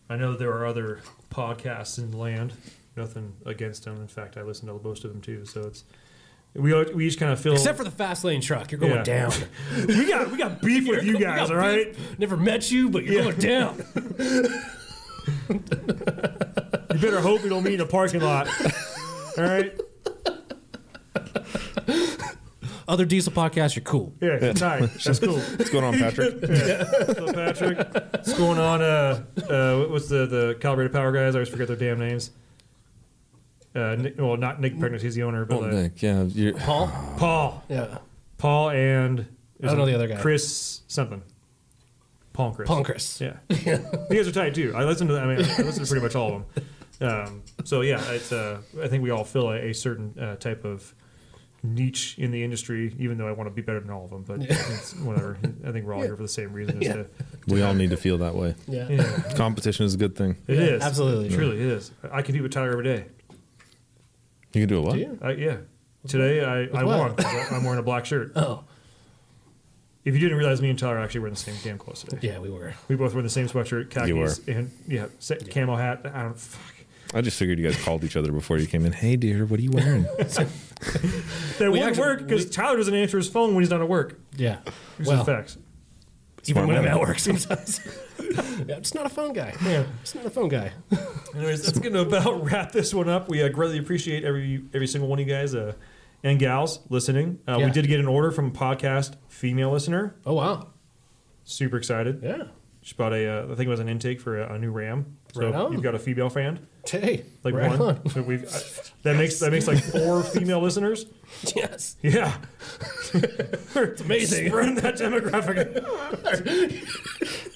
I know there are other podcasts in the land. Nothing against them. In fact, I listen to most of them too. So it's we all- we each kind of feel
Except for the fast lane truck, you're going
Yeah.
down.
we got we got beef with you guys. All right,
Never met you, but you're going down.
you better hope we don't meet in a parking lot. All right,
Other diesel podcasts, you're cool.
yeah, it's nice. That's cool.
What's going on, Patrick?
So Patrick, what's going on? Uh, uh, what's the the Calibrated Power guys? I always forget their damn names. Uh, Nick, well, not Nick Pregnant, he's the owner, but
Oh,
uh,
Nick, yeah, you're-
Paul.
Paul.
Yeah.
Paul and
I don't know the other guy.
Chris something. Paul and Chris.
Paul and Chris.
Yeah, you guys are tight too. I listen to. I mean, I listen to pretty much all of them. Um, so yeah, it's. Uh, I think we all feel a, a certain uh, type of niche in the industry, even though I want to be better than all of them. But it's, whatever. I think we're all here for the same reason. Is to,
We all need to feel that way.
Yeah.
Competition is a good thing.
it is.
absolutely.
It truly is. I compete with Tyler every day.
You can do a lot.
you?
I, yeah. Today I, I
what?
won. 'cause I'm wearing a black shirt.
Oh,
If you didn't realize, me and Tyler actually were in the same damn clothes today.
yeah, we were.
We both were in the same sweatshirt,
You were.
khakis, and yeah, sa- camo hat. I don't. Fuck.
I just figured you guys called each other before you came in. Hey, dear, what are you wearing?
That wouldn't
actually-
work because
we-
Tyler doesn't answer his phone when he's not at work.
Yeah.
These are
Well,
facts.
even when I'm
woman.
at work sometimes. yeah, I'm just not a phone guy. Yeah, just not a phone guy.
Anyways, that's going to about wrap this one up. We uh, greatly appreciate every every single one of you guys uh, and gals listening. Uh,
Yeah.
We did get an order from a podcast female listener.
Oh wow.
Super excited.
Yeah.
She bought a, uh, I think it was an intake for a, a new RAM. So
Right on.
you've got a female fan,
Hey.
like
right
one.
on.
So we've uh, that makes that makes like four female listeners.
Yes.
Yeah,
It's amazing.
spread that demographic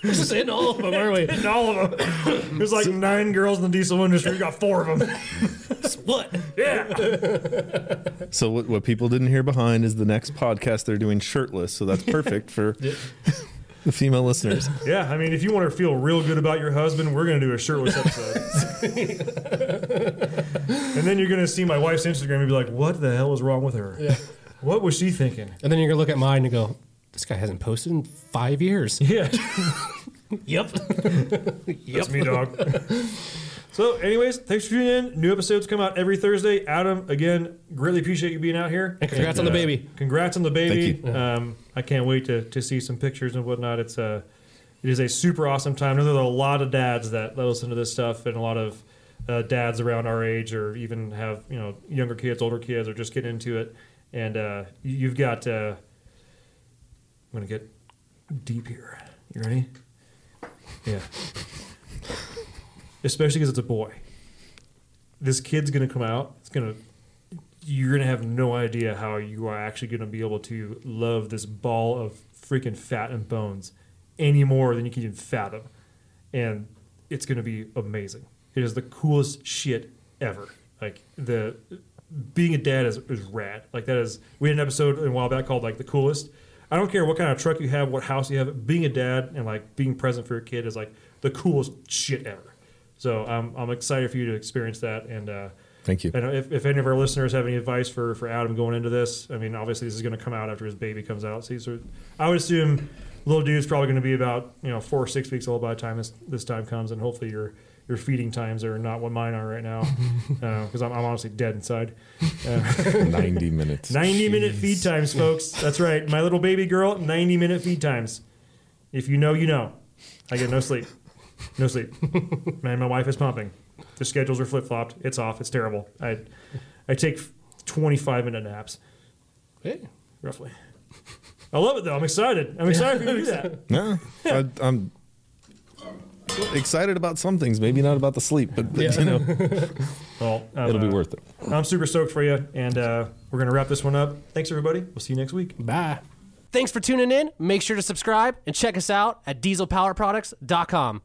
We're just hitting all of them, aren't we?
to all of them. There's like nine girls in the diesel industry. We got four of them.
What?
Yeah,
so, what, what people didn't hear behind is the next podcast they're doing shirtless. So, that's perfect for the female listeners.
yeah. I mean, if you want to feel real good about your husband, we're gonna do a shirtless episode. and then you're gonna see my wife's Instagram and be like, "What the hell is wrong with her? What was she thinking?"
And then you're gonna look at mine and go, "This guy hasn't posted in five years."
Yeah.
yep.
That's me, dog. so, anyways, thanks for tuning in. New episodes come out every Thursday. Adam, again, greatly appreciate you being out here.
And congrats on the baby.
Congrats on the baby.
Thank
Um, I can't wait to, to see some pictures and whatnot. It's a, it is a super awesome time. I know there are a lot of dads that, that listen to this stuff and a lot of uh, dads around our age or even have, you know, younger kids, older kids or just get into it. And uh, you- you've got, uh, I'm going to get deep here. You ready? Yeah. Especially because it's a boy. This kid's going to come out. It's going to. You're going to have no idea how you are actually going to be able to love this ball of freaking fat and bones any more than you can even fathom. And it's going to be amazing. It is the coolest shit ever. Like, the. Being a dad is, is rad. Like, that is. We had an episode a while back called, like, The Coolest. I don't care what kind of truck you have, what house you have, being a dad and like being present for your kid is like the coolest shit ever. So I'm, I'm excited for you to experience that. And uh,
Thank you.
And if, if any of our listeners have any advice for, for Adam going into this, I mean, obviously this is going to come out after his baby comes out. See, so I would assume little dude's probably going to be about you know four or six weeks old by the time this, this time comes, and hopefully your your feeding times are not what mine are right now because I'm, I'm honestly dead inside.
90 minutes.
90 minute feed times, folks. That's right. My little baby girl, 90 minute feed times. If you know, you know. I get no sleep. No sleep. Man, my wife is pumping. The schedules are flip flopped. It's off. It's terrible. I, I take 25 minute naps,
Hey.
roughly. I love it though. I'm excited. I'm excited for you to do that.
No, I, I'm excited about some things. Maybe not about the sleep, but you know,
Well, I'm,
it'll be
uh,
worth it.
I'm super stoked for you, and uh, we're gonna wrap this one up. Thanks everybody. We'll see you next week.
Bye. Thanks for tuning in. Make sure to subscribe and check us out at dieselpowerproducts.com.